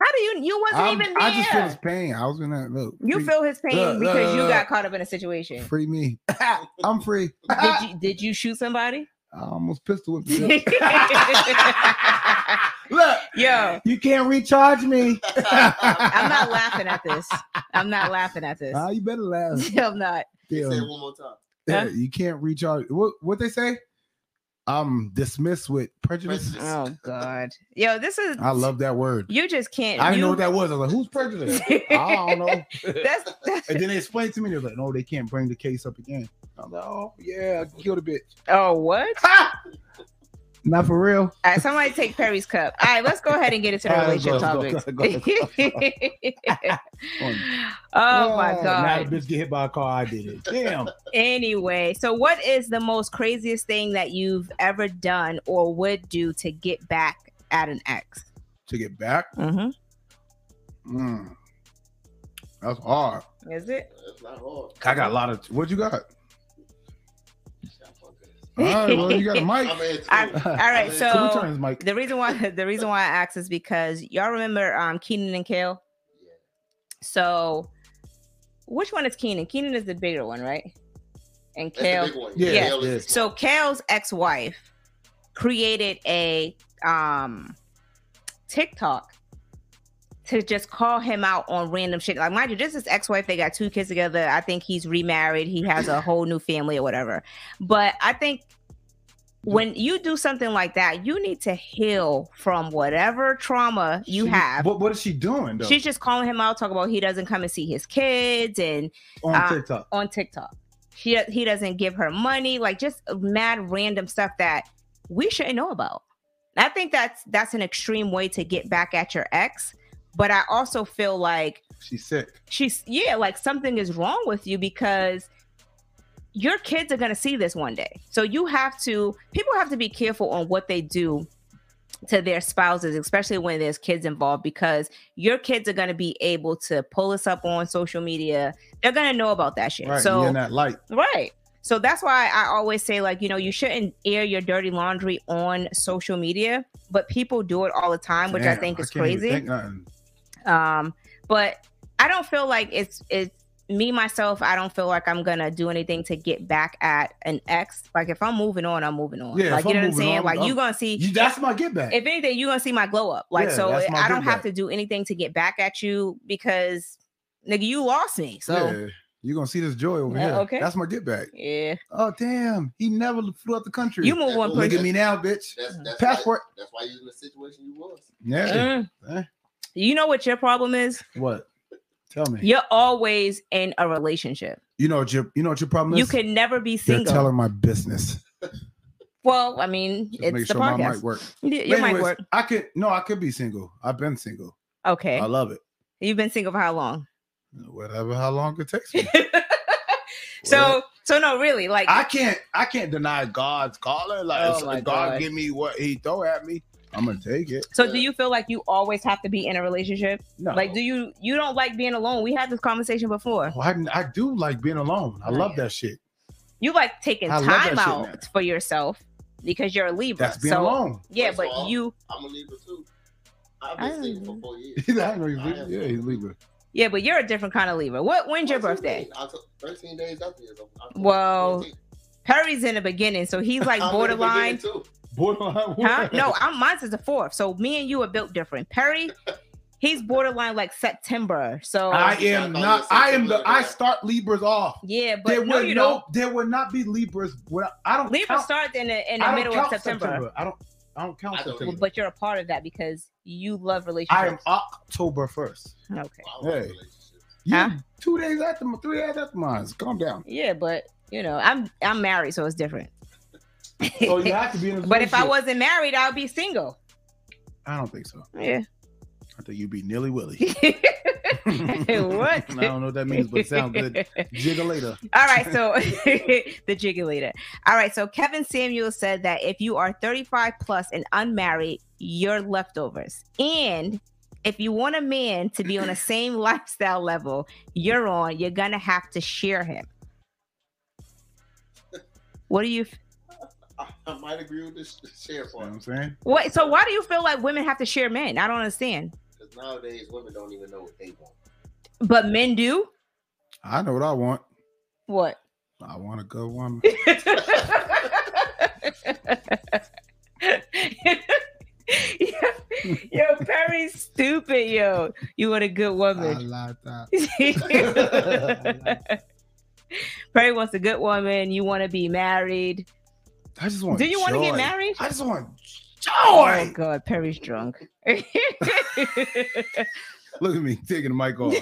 S1: how do you you wasn't
S2: I'm-
S1: even there?
S2: I just feel his pain. I was in that look.
S1: you
S2: free,
S1: feel his pain
S2: Look, look,
S1: because you
S2: look,
S1: got
S2: look.
S1: caught up in a situation.
S2: free me. I'm free. I
S1: Did you did you shoot somebody?
S2: almost pistol whipped you.
S1: Yo,
S2: look, you can't recharge me.
S1: I'm not laughing at this. I'm not laughing at this.
S2: Nah, you better laugh.
S1: I'm not.
S3: Say
S2: Damn.
S3: it one more time.
S1: Huh?
S2: Yeah, you can't recharge. What what they say? I'm dismissed with prejudice.
S3: Prejudice.
S1: Oh God. Yo, this is.
S2: I love that word.
S1: You just can't.
S2: I
S1: you,
S2: didn't know Oh. what that was. I was like, who's prejudice? I don't know.
S1: That's, that's
S2: And then they explained to me, they were like, no, they can't bring the case up again. I was like, oh, yeah, I killed a bitch.
S1: oh what?
S2: Not for real.
S1: All right, somebody take Perry's cup. All right, let's go ahead and get into the
S2: All right,
S1: relationship
S2: let's go, let's
S1: topics.
S2: go, let's go,
S1: oh my
S2: Yeah, Now
S1: god.
S2: the bitch get hit by a car. I did it. Damn.
S1: Anyway, so what is the most craziest thing that you've ever done or would do to get back at an ex?
S2: to get back.
S1: Mm-hmm.
S2: Mm. That's hard.
S1: Is it?
S3: That's not hard.
S2: I got a lot of. What you got?
S3: I'm fucking-
S2: All right, well, you got a mic.
S3: I'm in too.
S1: I- All right,
S3: Can we
S2: Can we
S1: so
S2: turn this mic?
S1: the reason why the reason why I asked is because y'all remember um Keenan and Kale.
S3: Yeah.
S1: So which one is Keenan? Keenan is the bigger one, right? And
S3: That's
S1: Kale
S3: the big one.
S2: Yeah,
S3: Kale is
S2: yeah.
S3: the big
S1: So
S3: one.
S1: Kale's ex-wife created a um TikTok to just call him out on random shit. Like, mind you, just his ex-wife, they got two kids together. I think he's remarried. He has a whole new family or whatever. But I think when you do something like that, you need to heal from whatever trauma you
S2: She-
S1: have.
S2: What, what is she doing though?
S1: She's just calling him out, talking about he doesn't come and see his kids and
S2: on
S1: uh,
S2: TikTok.
S1: on TikTok. He he doesn't give her money, like just mad random stuff that we shouldn't know about. And I think that's that's an extreme way to get back at your ex, but I also feel like
S2: She's sick.
S1: she's yeah, like something is wrong with you because your kids are going to see this one day. So you have to people have to be careful on what they do to their spouses, especially when there's kids involved, because your kids are going to be able to pull us up on social media. They're going to know about that shit.
S2: Right.
S1: so
S2: you're in that light.
S1: Right. So that's why I always say, like, you know, you shouldn't air your dirty laundry on social media, but people do it all the time, which I
S2: Damn,
S1: think is
S2: can't even
S1: crazy.
S2: think nothing.
S1: Um, but I don't feel like it's it's me myself. I don't feel like I'm gonna do anything to get back at an ex. Like if I'm moving on, I'm moving on.
S2: Yeah,
S1: like you
S2: if
S1: know what
S2: I'm
S1: I'm
S2: moving
S1: saying.
S2: on,
S1: like
S2: I'm-
S1: you gonna see.
S2: You, that's my get back.
S1: if anything, you're gonna see my glow up. Like
S2: Yeah,
S1: so,
S2: that's my
S1: I don't
S2: get
S1: have
S2: back.
S1: to do anything to get back at you because nigga, you lost me. So
S2: yeah. You're gonna see this joy over
S1: Yeah,
S2: here.
S1: okay.
S2: That's my get back.
S1: yeah,
S2: Oh damn. He never flew out the country.
S1: you move on
S3: Look
S2: Look
S1: pretty.
S2: at me now, bitch.
S3: That's, that's
S2: Passport.
S3: Why, that's why you're in the situation you was.
S2: Yeah.
S1: Mm.
S2: Eh.
S1: You know what your problem is?
S2: What? Tell me.
S1: You're always in a relationship.
S2: You know what your you know what your problem is?
S1: You can never be
S2: They're
S1: single.
S2: telling my business.
S1: well, I mean,
S2: Just
S1: it's
S2: make
S1: the
S2: sure my mic
S1: podcast.
S2: work.
S1: You, you
S2: But
S1: might
S2: anyways,
S1: work.
S2: I could no, I could be single. I've been single.
S1: Okay.
S2: I love it.
S1: You've been single for how long?
S2: Whatever, how long it takes. Me.
S1: so, so no, really, like,
S2: I can't, I can't deny God's calling.
S1: Oh
S2: Like if
S1: my
S2: God,
S1: God.
S2: give me what He throw at me, I'm gonna take it.
S1: so do you feel like you always have to be in a relationship?
S2: No,
S1: Like, do you you don't like being alone? We had this conversation before.
S2: Oh, I, I do like being alone. I love that shit.
S1: You like taking
S2: I love that
S1: time
S2: shit
S1: out for yourself because you're a Libra.
S2: That's being
S1: so,
S2: alone.
S1: yeah,
S3: First of
S1: but
S3: all,
S1: you,
S3: I'm a Libra too. I've
S1: I don't
S3: been single
S1: know.
S3: for four years.
S2: I know he's
S3: I
S2: Libra.
S3: am.
S2: Yeah, he's Libra.
S1: yeah, but you're a different kind of Libra. What? When's your
S3: What do you
S1: birthday?
S3: mean? Octo- 13 days after yours. October
S1: Well,
S3: 14.
S1: Perry's in the beginning, so he's like
S3: I'm in the
S1: borderline.
S3: beginning, too.
S2: Borderline.
S1: Huh? No, I'm mine's is the fourth. So me and you are built different. Perry, he's borderline like September. So
S2: I am
S3: I thought
S2: not.
S3: you said
S2: I am
S3: Libra.
S2: the. I start Libras off.
S1: yeah, but
S2: There
S1: no,
S2: would
S1: you
S2: no. There would not be Libras. without- I don't.
S1: don't. Libra
S2: count-
S1: starts in the in
S2: I
S1: the
S2: don't
S1: middle of
S2: count
S1: September.
S2: I don't. I don't count
S3: I don't
S1: Well,
S2: September.
S1: But you're a part of that because you love
S2: I am
S1: relationships.
S2: October first.
S1: okay.
S3: Well, I was in
S2: Hey.
S3: relationships.
S2: Yeah,
S1: Huh?
S2: two days after, my- three days after mine. Calm down.
S1: Yeah, but you know, I'm I'm married, so it's different.
S2: So you have to be in. A
S1: but if I
S2: relationship.
S1: wasn't married, I'd be single.
S2: I don't think so.
S1: Yeah.
S2: I think you'd be nilly willy. I don't know what that means, but it sounds good. Jiggle later.
S1: All right, so the jigulator. All right, so Kevin Samuel said that if you are 35 plus and unmarried, you're leftovers. And if you want a man to be on the same lifestyle level you're on, you're gonna have to share him. What do you
S3: I, I might agree with this share
S2: You know what
S3: part
S2: I'm saying?
S1: what so why do you feel like women have to share men? I don't understand.
S3: because nowadays women don't even know what they want.
S1: But men do?
S2: I know what I want.
S1: What?
S2: I want a good woman.
S1: yo, Perry's stupid, yo. You want a good
S2: I
S1: woman.
S2: like that. Uh,
S1: Perry wants a good woman. You want to be married.
S2: I just want.
S1: Do you want to get
S2: Oh, joy.
S1: married?
S2: I just want
S1: Oh
S2: joy.
S1: God, Perry's drunk.
S2: Oh, Look at me taking the mic off.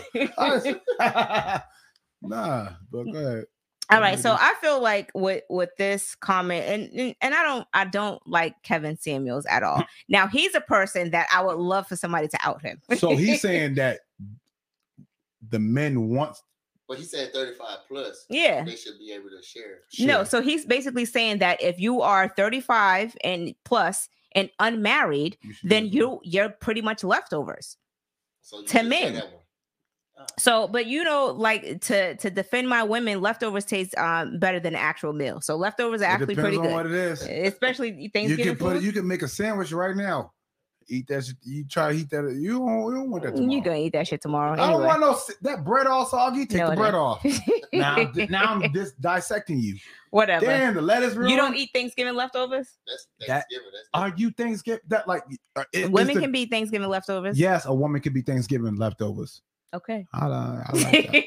S2: I- nah, but go ahead.
S1: All right, so I feel like with with this comment, and and- and I don't I don't like Kevin Samuels at all. Now he's a person that I would love for somebody to out him.
S2: So he's saying that the men want.
S3: But he said 35 plus,
S1: yeah,
S3: they should be able to share.
S1: No,
S2: share.
S1: so he's basically saying that if you are 35 and plus and unmarried,
S2: should
S1: then
S2: get-
S1: you you're pretty much leftovers.
S3: So you
S1: To
S3: should say
S1: men.
S3: that one.
S1: So, but you know, like to to defend my women, leftovers taste um better than an actual meal. So leftovers are
S2: It
S1: actually
S2: depends
S1: pretty
S2: on what
S1: good,
S2: it is.
S1: especially
S2: You
S1: Thanksgiving
S2: can put. it-
S1: food.
S2: You can make a sandwich right now. Eat that. shit- You try to eat that. You don't. You don't want that.
S1: Mm, You,
S2: Tomorrow.
S1: are gonna eat that shit tomorrow.
S2: I don't
S1: anyway.
S2: want no s- that bread all soggy. Take
S1: No,
S2: the
S1: it
S2: bread off. Now, I'm di- now I'm dis- dissecting you.
S1: Whatever.
S2: Damn, the lettuce.
S1: you don't eat Thanksgiving leftovers.
S3: That's
S2: That-
S3: Thanksgiving. That's
S1: Oh,
S2: Are you Thanksgiving? That like uh, it- it's
S1: Women
S2: the-
S1: can be Thanksgiving leftovers.
S2: Yes, a woman could be Thanksgiving leftovers.
S1: Okay.
S2: I, li- I like that.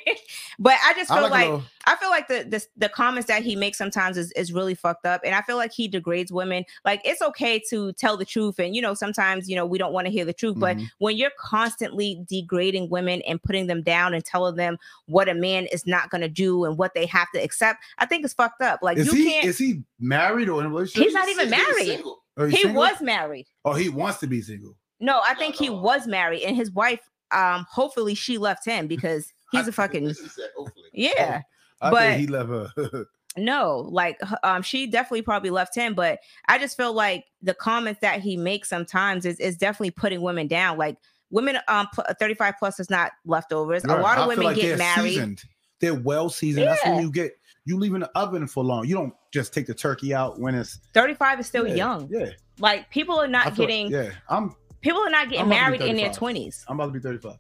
S1: but I just
S2: I
S1: feel
S2: like,
S1: like
S2: a little,
S1: I feel like the, the the comments that he makes sometimes is, is really fucked up, and I feel like he degrades women. Like it's okay to tell the truth, and you know sometimes you know we don't want to hear the truth, but
S2: Mhm.
S1: when you're constantly degrading women and putting them down and telling them what a man is not going to do and what they have to accept, I think it's fucked up. Like
S2: is
S1: you
S2: he
S1: can't.
S2: is he married or in a relationship?
S1: He's not even married.
S3: single.
S2: Or he's
S1: he
S2: single?
S1: was married.
S2: Oh, he wants to be single.
S1: No, I think he
S3: no.
S1: was married, and his wife. Um, hopefully she left him because he's a fucking
S3: She said, hopefully.
S1: yeah.
S2: I
S1: But-
S2: think he left her.
S1: no like h- um she definitely probably left him but i just feel like the comments that he makes sometimes is, is definitely putting women down like women um pl- 35 plus is not leftovers a
S2: Right.
S1: lot
S2: I
S1: of
S2: feel
S1: women
S2: like
S1: get married
S2: Seasoned. They're well seasoned. That's when
S1: Yeah.
S2: you get you leave in the oven for long. You don't just take the turkey out when it's
S1: 35 is still
S2: yeah,
S1: young
S2: Yeah,
S1: like people are
S2: I
S1: not
S2: feel-
S1: getting
S2: Yeah, I'm
S1: people are not getting
S2: I'm about to be
S1: married in their
S2: 35.
S1: 20s
S2: I'm about to be 35.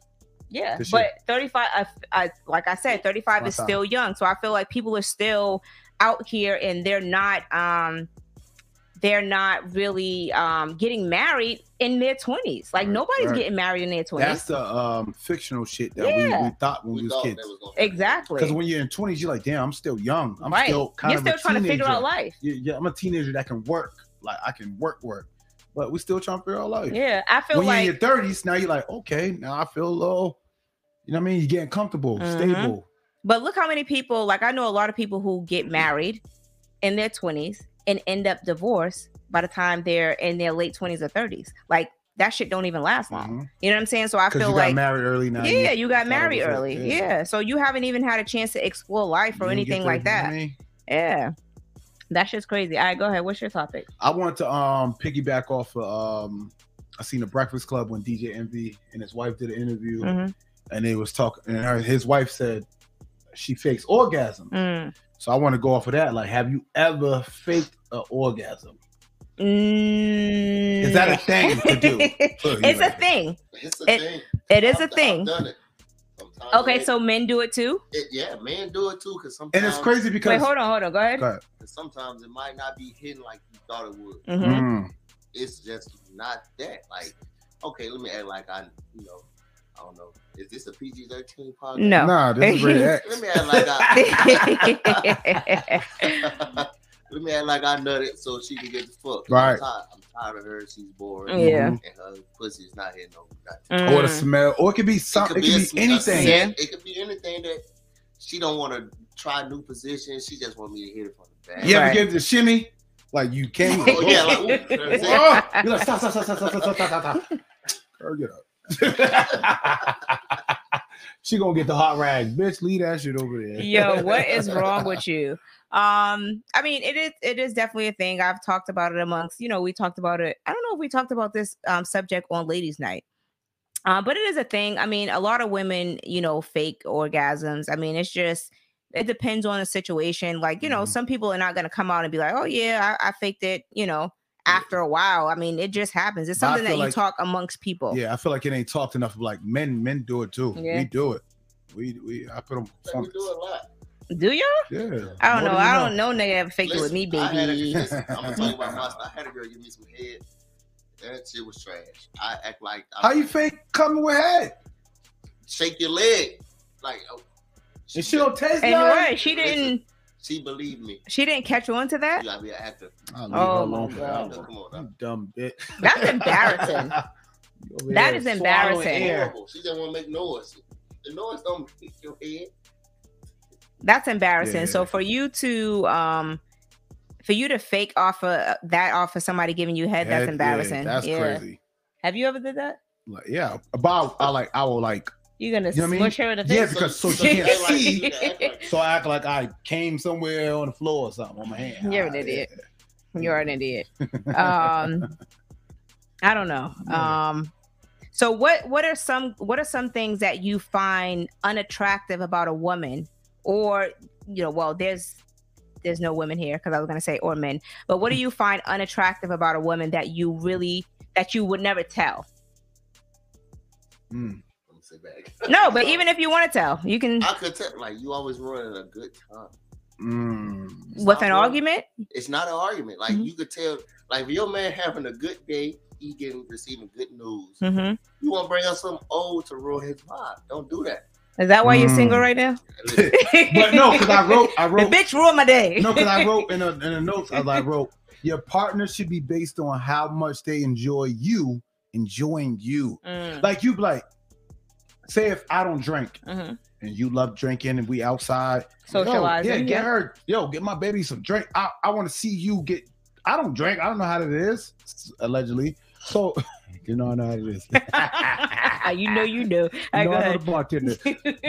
S1: yeah
S2: This
S1: but
S2: year.
S1: 35 I, I, like i said 35
S2: My
S1: is
S2: time.
S1: still young so i feel like people are still out here and they're not um they're not really um getting married in their 20s like
S2: Right,
S1: nobody's
S2: right.
S1: getting married in their 20s
S2: That's the um fictional shit that we,
S1: Yeah.
S2: we thought when we,
S3: We
S2: was
S3: thought
S2: kids.
S3: that was going to
S1: exactly
S2: Because when you're in 20s, you're like, damn, I'm still young. I'm
S1: right
S2: still kind
S1: you're
S2: of
S1: still
S2: a
S1: trying to figure
S2: teenager.
S1: out life
S2: yeah, yeah, I'm a teenager that can work. Like I can work, work, but we still trying to figure out life.
S1: yeah i feel
S2: when
S1: like
S2: you're in your 30s, now you're like, okay, now I feel a little. You know what I mean? You're getting comfortable,
S1: Mhm.
S2: stable.
S1: But look how many people, like I know a lot of people who get married in their 20s and end up divorced by the time they're in their late 20s or 30s. Like that shit don't even last long.
S2: Mhm.
S1: You know what I'm saying? So I
S2: 'Cause
S1: feel
S2: you
S1: like
S2: got married early now.
S1: yeah, you got
S2: thought it
S1: married
S2: was it,
S1: early.
S2: yeah.
S1: Yeah. So you haven't even had a chance to explore life or
S2: you didn't get
S1: anything
S2: to-
S1: like
S2: you know what
S1: that.
S2: I, mean?
S1: Yeah. That shit's crazy. All right, go ahead. What's your topic?
S2: I want to um piggyback off of um I seen the Breakfast Club when DJ Envy and his wife did an interview
S1: Mhm.
S2: and they was talking and her, his wife said she fakes orgasm.
S1: Mm.
S2: So I want to go off of that. Like, have you ever faked an orgasm? Is that a thing to do? Look, you
S1: Mm-hmm. it's a
S2: like-
S1: thing.
S3: It's a
S1: It-
S3: thing.
S1: It is
S3: I've-
S1: a thing.
S3: I've done it. Sometimes
S1: Okay,
S3: it-
S1: so men do it too.
S3: it- yeah, man, do it too, because sometimes
S2: And it's crazy
S1: Wait,
S2: because
S1: hold on, hold on. Go ahead.
S2: Go ahead.
S3: and sometimes it might not be hidden like you thought it would.
S1: Mhm.
S2: Mm.
S3: It's just not that. Like, okay, let me act like I, you know, I don't know. Is this a PG thirteen podcast?
S1: No.
S2: Nah, this is rated X.
S3: Let me act like I.
S1: yeah,
S3: let me act like I nutted so she can get the fuck.
S2: Right. Mm-hmm.
S3: I'm tired. I'm tired of her. She's bored.
S1: Yeah.
S3: And her pussy's not hitting no. Nothing.
S1: Mm.
S2: Or the smell, or it could be something. It could be,
S3: a- a
S2: anything.
S3: scent. It could be anything that she don't want to try new positions. She just want me to hit it from the back.
S2: You ever
S1: Right.
S2: give the shimmy? Like you came.
S3: Oh, yeah, like, ooh, you know what I'm saying?
S2: oh, you're like stop, stop, stop, stop, stop, stop, stop, stop, stop. Girl, get up. she gonna get the hot rag, bitch. Leave that shit over there.
S1: Yo, what is wrong with you? Um, I mean, it is it is definitely a thing. I've talked about it amongst, you know, we talked about it. I don't know if we talked about this um subject on ladies' night. Um, but it is a thing. I mean, a lot of women, you know, fake orgasms. I mean, it's just it depends on the situation. Like, you know,
S2: Mhm.
S1: some people are not gonna come out and be like, Oh yeah, I, I faked it, you know, after a while. I mean, it just happens. It's
S2: But I
S1: something that
S2: feel
S1: you
S2: like-
S1: talk amongst people.
S2: Yeah, I feel like it ain't talked enough. Like men, men do it too.
S1: Yeah.
S2: We do it. We we I put them.
S3: Like, we do a lot.
S1: Do y'all? I
S2: Yeah.
S1: don't
S2: More
S1: know.
S2: than
S1: I don't
S2: you
S1: know nigga ever faked it with me,
S3: Listen, I had a,
S1: baby.
S3: listen, I'm gonna tell you about myself. I had a girl give me some head. That shit was trash. I act like I
S2: How you fake coming with head?
S3: shake your leg. Like oh,
S2: And she don't taste
S1: And
S2: nothing.
S1: what? She didn't
S3: she believed me.
S1: she didn't catch on to that.
S3: You gotta be an actor.
S2: I'll leave her
S1: Oh
S2: alone
S1: my
S2: for
S1: God.
S2: that one.
S3: Come on now.
S2: You dumb bitch.
S1: That's embarrassing.
S2: You
S1: That
S2: over there
S1: is
S2: swallowing
S1: embarrassing.
S2: air.
S3: Horrible. She didn't want to make noise. The noise don't hit your head.
S1: That's embarrassing.
S2: Yeah.
S1: So for you to um for you to fake off of uh, that off of somebody giving you head,
S2: Head,
S1: that's embarrassing.
S2: Yeah,
S1: Yeah,
S2: that's crazy.
S1: Have you ever did that?
S2: Like, yeah, about I like I will like
S1: You're gonna
S2: You know what I mean?
S1: smush her in the face.
S2: Yeah, because so she
S1: can't
S3: act like-
S2: see.
S3: you gotta act like-
S2: so I act like I came somewhere on the floor or something on my hand.
S1: You're an
S2: Ah,
S1: idiot. You're an idiot. Um I don't know.
S2: Yeah.
S1: Um so what what are some what are some things that you find unattractive about a woman or you know well there's there's no women here because I was gonna say or men but what do you find unattractive about a woman that you really that you would never tell
S2: Mm.
S3: Let me sit back.
S1: no but even if you want to tell you can
S3: I could tell, like you always ruining a good time.
S2: Mm.
S1: with an
S3: Stop it.
S1: argument
S3: It's not an argument. Like
S1: Mhm.
S3: you could tell, like if your man having a good day, he getting receiving good news.
S1: hmm
S3: You want to bring up some old to ruin his vibe? Don't do that.
S1: is that why you're single
S2: Mm.
S1: right now
S3: Listen,
S2: But no, because I wrote, I
S1: the
S2: wrote,
S1: bitch ruined my day
S2: no, because I wrote in a, in a notes, I, I wrote, your partner should be based on how much they enjoy you enjoying you.
S1: Mm,
S2: Like you, like, say if I don't drink
S1: mhm.
S2: and you love drinking and we outside, Yo,
S1: socializing
S2: yeah, get
S1: yeah.
S2: her. Yo, get my baby some drink. I, I want to see you get. I don't drink. I don't know how it is allegedly. So you know I know how it is.
S1: Ah, you know you do. All right, go
S2: I know I know the
S1: ahead.
S2: bartender.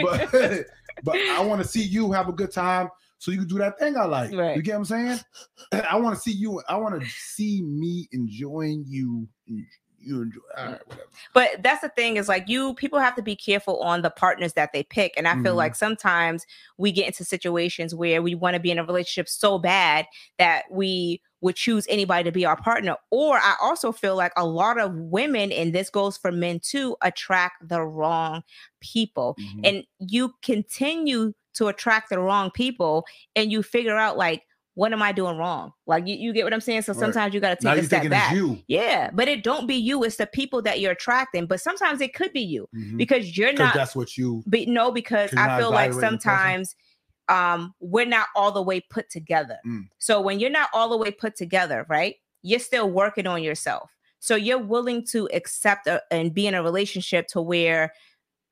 S2: But but I want to see you have a good time so you can do that thing I like.
S1: Right.
S2: You get what I'm saying? I want to see you. I want to see me enjoying you. You enjoy. All right, whatever.
S1: but that's the thing is like you people have to be careful on the partners that they pick and i feel
S2: Mhm.
S1: like sometimes we get into situations where we want to be in a relationship so bad that we would choose anybody to be our partner or i also feel like a lot of women and this goes for men too attract the wrong people
S2: Mhm.
S1: and you continue to attract the wrong people and you figure out like what am i doing wrong like you, you get what i'm saying so
S2: Right.
S1: sometimes you got to
S2: now
S1: take
S2: you're
S1: a step
S2: thinking
S1: back
S2: it's you.
S1: yeah, but it don't be you. It's the people that you're attracting. But sometimes it could be you
S2: Mhm.
S1: because you're
S2: Because
S1: not.
S2: that's what you.
S1: But no, because
S2: 'cause you're
S1: I
S2: not
S1: feel like
S2: evaluating the person.
S1: sometimes um we're not all the way put together.
S2: Mm.
S1: So when you're not all the way put together, right? You're still working on yourself. So you're willing to accept a, and be in a relationship to where,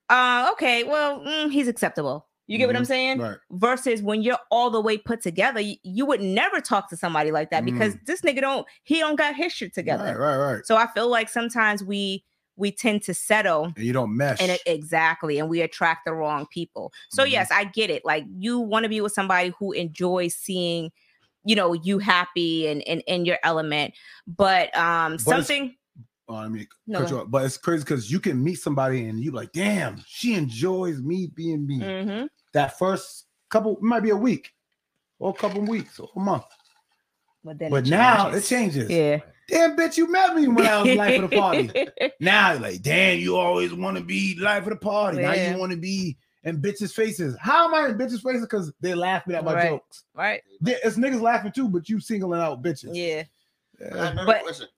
S1: uh, okay, well, mm, he's acceptable. You get what I'm
S2: Mhm.
S1: saying?
S2: Right.
S1: versus when you're all the way put together you, you would never talk to somebody like that because this nigga don't he don't got his shit together
S2: Mm. Right. Right. Right.
S1: so i feel like sometimes we we tend to settle
S2: And you don't mesh.
S1: and it, exactly and we attract the wrong people so
S2: Mhm.
S1: yes i get it like you want to be with somebody who enjoys seeing you know you happy and and in your element but um
S2: But it's-
S1: something
S2: Oh, I mean,
S1: No,
S2: cut
S1: go
S2: you off. but it's crazy because you can meet somebody and you like, damn, she enjoys me being me.
S1: Mhm.
S2: That first couple it might be a week or a couple weeks or a month,
S1: but then
S2: but now
S1: changes.
S2: it changes.
S1: yeah
S2: Damn, bitch, you met me when I was life of the party. Now, you're like, damn, you always want to be life of the party. Now
S1: Yeah.
S2: you want to be in bitches' faces. How am I in bitches' faces? Because they laughing at my
S1: Right.
S2: jokes.
S1: right
S2: There- It's niggas laughing too, but you singling out bitches.
S1: yeah
S3: I got
S2: Yeah.
S3: another
S1: But-
S3: question.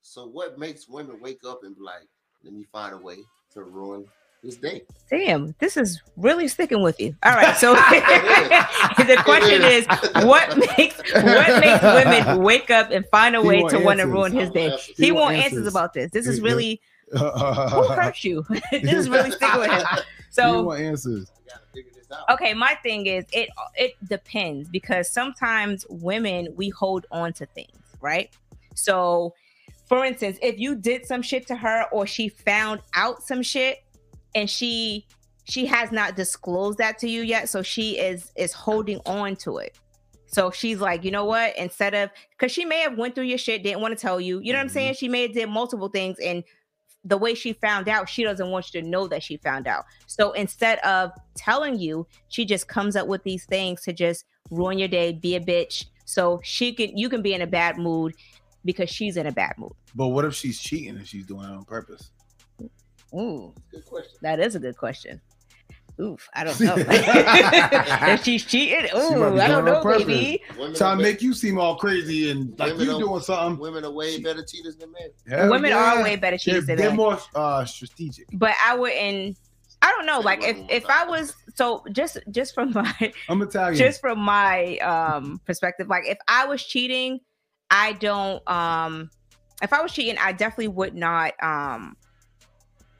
S3: So, what makes women wake up and be like, "Let me find a way to ruin this day.
S1: Damn, this is really sticking with you. All right, so the question is, what makes what makes women wake up and find a
S2: He
S1: way
S2: want
S1: to want to
S2: answers.
S1: ruin his day?
S3: He
S1: He
S2: want
S1: want answers
S2: answers.
S1: about this. This is
S2: Yeah,
S1: really who
S2: Uh,
S1: hurt you. this is really sticking with him.
S2: you
S1: So
S2: want answers?
S3: I gotta figure this out.
S1: okay, my thing is it it depends because sometimes women we hold on to things, right? So for instance, if you did some shit to her or she found out some shit and she she has not disclosed that to you yet, so she is is holding on to it. So she's like, you know what? Instead of because she may have went through your shit, didn't want to tell you. You know what I'm
S2: Mhm.
S1: saying? She may have did multiple things, and the way she found out, she doesn't want you to know that she found out. So instead of telling you, she just comes up with these things to just ruin your day, be a bitch. So she can you can be in a bad mood because she's in a bad mood.
S2: But what if she's cheating and she's doing it on purpose?
S1: Ooh,
S3: Good question.
S1: that is a good question. Oof, I don't know. if she's cheating,
S2: might
S1: ooh,
S2: be
S1: I don't
S2: doing it
S1: know,
S2: on purpose.
S1: baby.
S3: Women are
S2: Trying to
S3: way-
S2: make you seem all crazy and like
S3: Women
S2: you
S3: don't-
S2: doing something.
S3: women are way better cheaters than men.
S2: Hell
S1: Women
S2: yeah.
S1: are way better
S2: They're,
S1: cheaters than
S2: they're
S1: men.
S2: more uh, strategic.
S1: but I wouldn't. I don't know.
S3: Say
S1: Like if
S3: one more
S1: if I
S3: time.
S1: was so just just from my
S2: I'm Italian.
S1: just from my um perspective, like if I was cheating, I don't um if I was cheating, I definitely would not um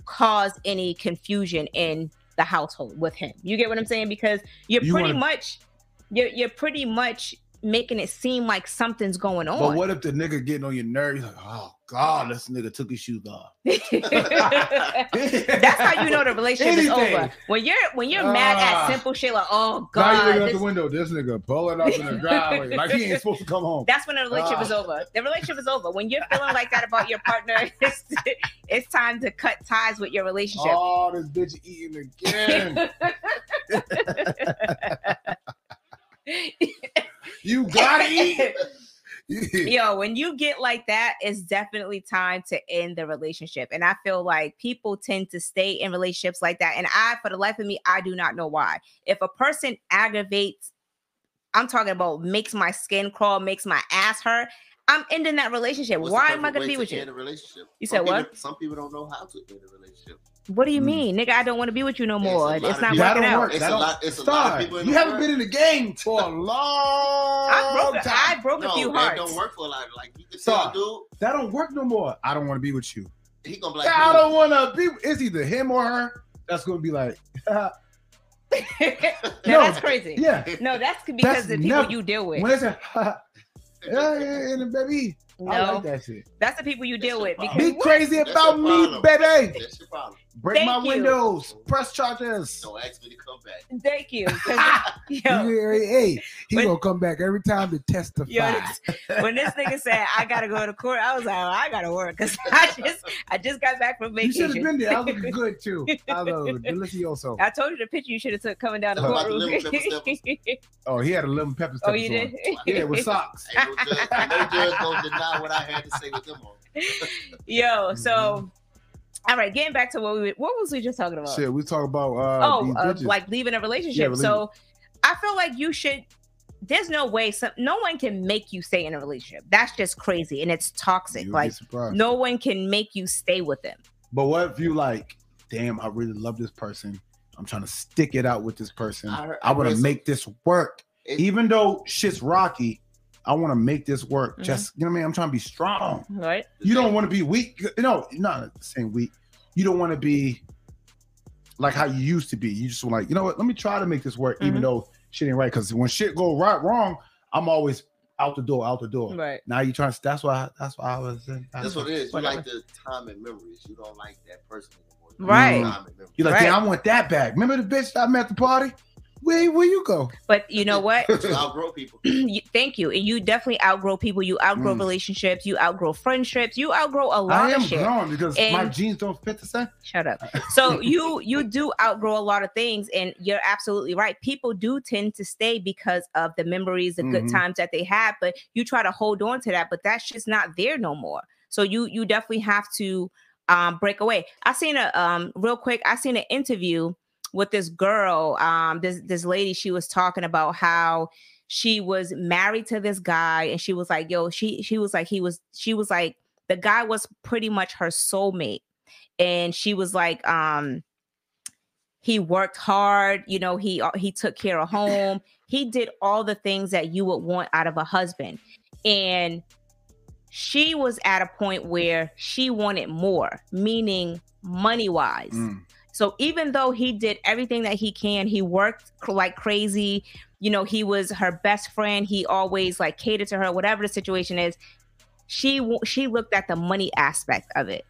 S1: cause any confusion in the household with him. You get what I'm saying? Because you're
S2: You
S1: pretty
S2: wanna-
S1: much you're you're pretty much making it seem like something's going
S2: but
S1: on.
S2: what if the nigga getting on your nerves? Like, oh God, this nigga took his shoes off.
S1: That's how you know the relationship is
S2: Anything.
S1: over. When you're when you're mad
S2: Ah.
S1: at simple shit like, oh
S2: now you
S1: god,
S2: looking out
S1: this-
S2: the window. This nigga pulling up in the driveway like he ain't supposed to come home.
S1: that's when the relationship is
S2: Ah.
S1: over. The relationship is over. When you're feeling like that about your partner, it's, it's time to cut ties with your relationship.
S2: Oh, this bitch eating again. you gotta eat.
S1: Yo, when you get like that, it's definitely time to end the relationship. And I feel like people tend to stay in relationships like that. And I, for the life of me, I do not know why. If a person aggravates, I'm talking about makes my skin crawl, makes my ass hurt, I'm ending that relationship.
S3: What's the
S1: why am I going
S3: perfect
S1: to
S3: way
S1: be with
S3: end
S1: you?
S3: A relationship?
S1: You
S3: Some
S1: said what?
S3: people- Some people don't know how to end a relationship.
S1: What do you
S2: Mm.
S1: mean? Nigga, I don't want to be with you no
S3: It's a
S1: more.
S3: lot
S1: It's,
S3: of
S1: not
S3: people-
S2: That
S1: working
S2: don't
S1: out.
S2: work.
S3: It's
S2: That
S3: a
S2: don't-
S3: lot. It's a lot of
S2: Stop.
S3: people. In
S2: You
S3: the
S2: haven't
S3: world.
S2: been in the game for a long
S1: I broke, a-
S2: time.
S1: I broke a
S3: No,
S1: few
S3: that
S1: hearts.
S3: don't work for a lot. Like you can
S2: Stop.
S3: tell a
S2: That don't work no more. I don't want to be with you.
S3: dude, he gonna be like,
S2: I
S3: "Dude,
S2: don't want to be. It's either him or her. That's gonna be like,
S1: no,
S2: No.
S1: that's crazy.
S2: yeah.
S1: No, that's because the people
S2: never-
S1: you deal with.
S2: When it's a, yeah, yeah, and the baby,
S1: no.
S2: I like that shit.
S1: That's the people you deal with.
S3: That's your
S1: Because
S2: Be crazy
S3: Oh, That's
S2: about
S3: your
S2: me,
S3: problem.
S2: baby.
S3: That's your problem.
S2: Break
S1: Thank
S2: my
S1: you.
S2: windows, press charges.
S3: Don't ask me to come back.
S1: thank you. 'Cause- yo,
S2: Hey, hey, he
S1: When-
S2: gonna come back every time to testify.
S1: yo, this- when this nigga said I gotta go to court, I was like, "Oh, I gotta work because I just I just got back from
S2: you should
S1: vacation.
S2: have been there. I was looking good too. I love Delicioso.
S1: I told you the picture you should have took coming down the
S3: Talking about the
S1: courtroom.
S3: little pepper
S2: Oh, he had a lemon pepper.
S1: oh, you
S2: steppers
S1: did.
S3: on.
S2: on. Yeah, with socks.
S3: Ain't no judge, ain't no judge gonna deny what I had to say with them on.
S1: Yo, so all right, getting back to what we what was we just talking about?
S2: Mm-hmm. Shit, we talk about uh,
S1: oh,
S2: these
S1: uh,
S2: bitches.
S1: like leaving a relationship.
S2: Yeah, but
S1: so I feel like you should. There's no way. Some, no one can make you stay in a relationship. That's just crazy and it's toxic.
S2: You'll be
S1: like
S2: surprised.
S1: no one can make you stay with them.
S2: But what if you like, damn, I really love this person. I'm trying to stick it out with this person. I,
S3: heard-
S2: want
S3: read
S2: to
S3: some-
S2: make this work.
S3: it-
S2: Even though shit's rocky, I want to make this work.
S1: Mhm.
S2: Just, you know what I mean? I'm trying to be strong.
S1: Right?
S2: You don't want to be weak. No, not the same weak. You don't want to be like how you used to be. You just like, you know what? Let me try to make this work, even
S1: Mhm.
S2: though shit ain't right. Because when shit go right wrong, I'm always out the door, out the door.
S1: Right.
S2: Now you trying to. That's why. That's why I was.
S3: That's what it is. You
S1: Whatever.
S3: like the time and memories. You don't like that person anymore. You
S1: Right.
S3: like time and memories.
S2: You're like,
S1: Right.
S2: yeah, I want that back. Remember the bitch I met at the party? Where where you go?
S1: But you know what?
S3: You outgrow people.
S1: You- Thank you. And you definitely outgrow people. You outgrow
S2: Mm.
S1: relationships. You outgrow friendships. You outgrow a lot
S2: I am
S1: of shit.
S2: grown because my
S1: And-
S2: jeans don't fit the same.
S1: Shut up. So you you do outgrow a lot of things, and you're absolutely right. People do tend to stay because of the memories, the good
S2: Mhm.
S1: times that they had, but you try to hold on to that, but that's just not there no more. So you you definitely have to um break away. I seen a um real quick, I seen an interview with this girl, um, this this lady, she was talking about how she was married to this guy, and she was like, yo, she she was like, he was, she was like, the guy was pretty much her soulmate and she was like um he worked hard you know he uh, he took care of home he did all the things that you would want out of a husband and she was at a point where she wanted more meaning money wise
S2: Mm.
S1: so even though he did everything that he can he worked cr- like crazy you know he was her best friend he always like catered to her whatever the situation is she w- she looked at the money aspect of it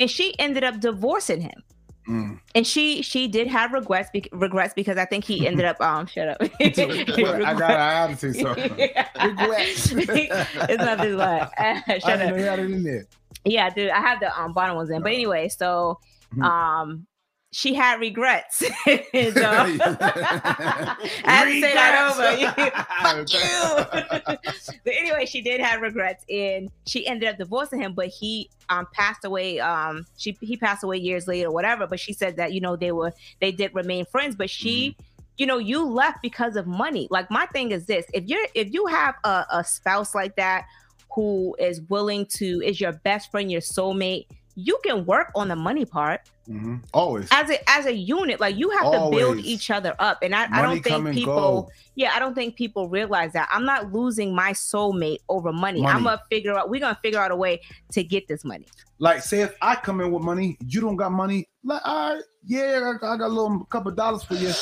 S1: and she ended up divorcing him
S2: Mm.
S1: and she she did have regrets bec regrets because I think he ended up um shut up.
S2: Well, I got an attitude, so
S1: Regrets. it's nothing but
S2: I
S1: shut
S2: didn't know
S1: up.
S2: you had it in there.
S1: Yeah, dude, I have the um bottom ones in. But anyway, so
S2: Mhm.
S1: um she had regrets. so I had to say that over. Fuck you. but anyway, she did have regrets, and she ended up divorcing him. But he um passed away. Um, she he passed away years later, or whatever. But she said that you know they were they did remain friends, but she.
S2: Mm.
S1: You know, you left because of money. Like my thing is this: if you're if you have a, a spouse like that who is willing to is your best friend, your soulmate, you can work on the money part
S2: Mhm. Always.
S1: as a as a unit. Like you have to build
S2: Always.
S1: each other up, and I, I
S2: Money
S1: don't
S2: come
S1: think
S2: and
S1: people
S2: go.
S1: yeah, I don't think people realize that. I'm not losing my soulmate over money.
S2: Money.
S1: I'm gonna figure out. We're gonna figure out a way to get this money.
S2: Like, say if I come in with money, you don't got money. Like, all right, yeah, I got, I got a little couple dollars for you.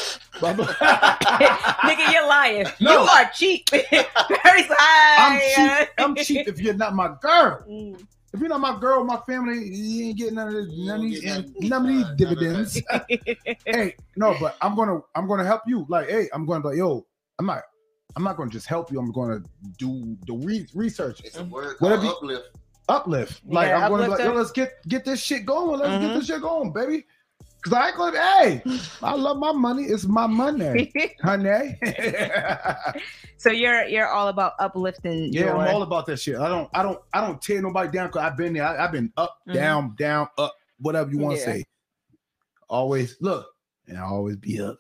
S1: Nigga, you're lying.
S2: No.
S1: You are cheap. Very
S2: I'm
S1: high.
S2: cheap. I'm cheap if you're not my girl.
S1: Mm.
S2: If you're not my girl, my family, you ain't getting none of this,
S3: You
S2: none of
S3: don't
S2: these,
S3: get
S2: and
S3: none-
S2: none of these
S3: none of that.
S2: dividends. hey, no, but I'm gonna, I'm gonna help you. Like, hey, I'm gonna, be like, yo, I'm not, I'm not gonna just help you. I'm gonna do the re- research,
S1: Mm-hmm.
S3: It's a word
S2: What if
S3: called
S2: you-
S3: uplift.
S2: uplift. Like,
S1: Yeah,
S2: I'm gonna, be like, yo,
S1: uplifter.
S2: let's get, get this shit going. Let's get
S1: Mhm.
S2: this shit going, baby. Cause I ain't gonna, hey, I love my money. It's my money, honey.
S1: so you're you're all about uplifting.
S2: Yeah,
S1: your-
S2: I'm all about that shit. I don't, I don't, I don't tear nobody down because I've been there. I, I've been up,
S1: Mhm.
S2: down, down, up, whatever you want to
S1: Yeah.
S2: say. Always look, and I always be up.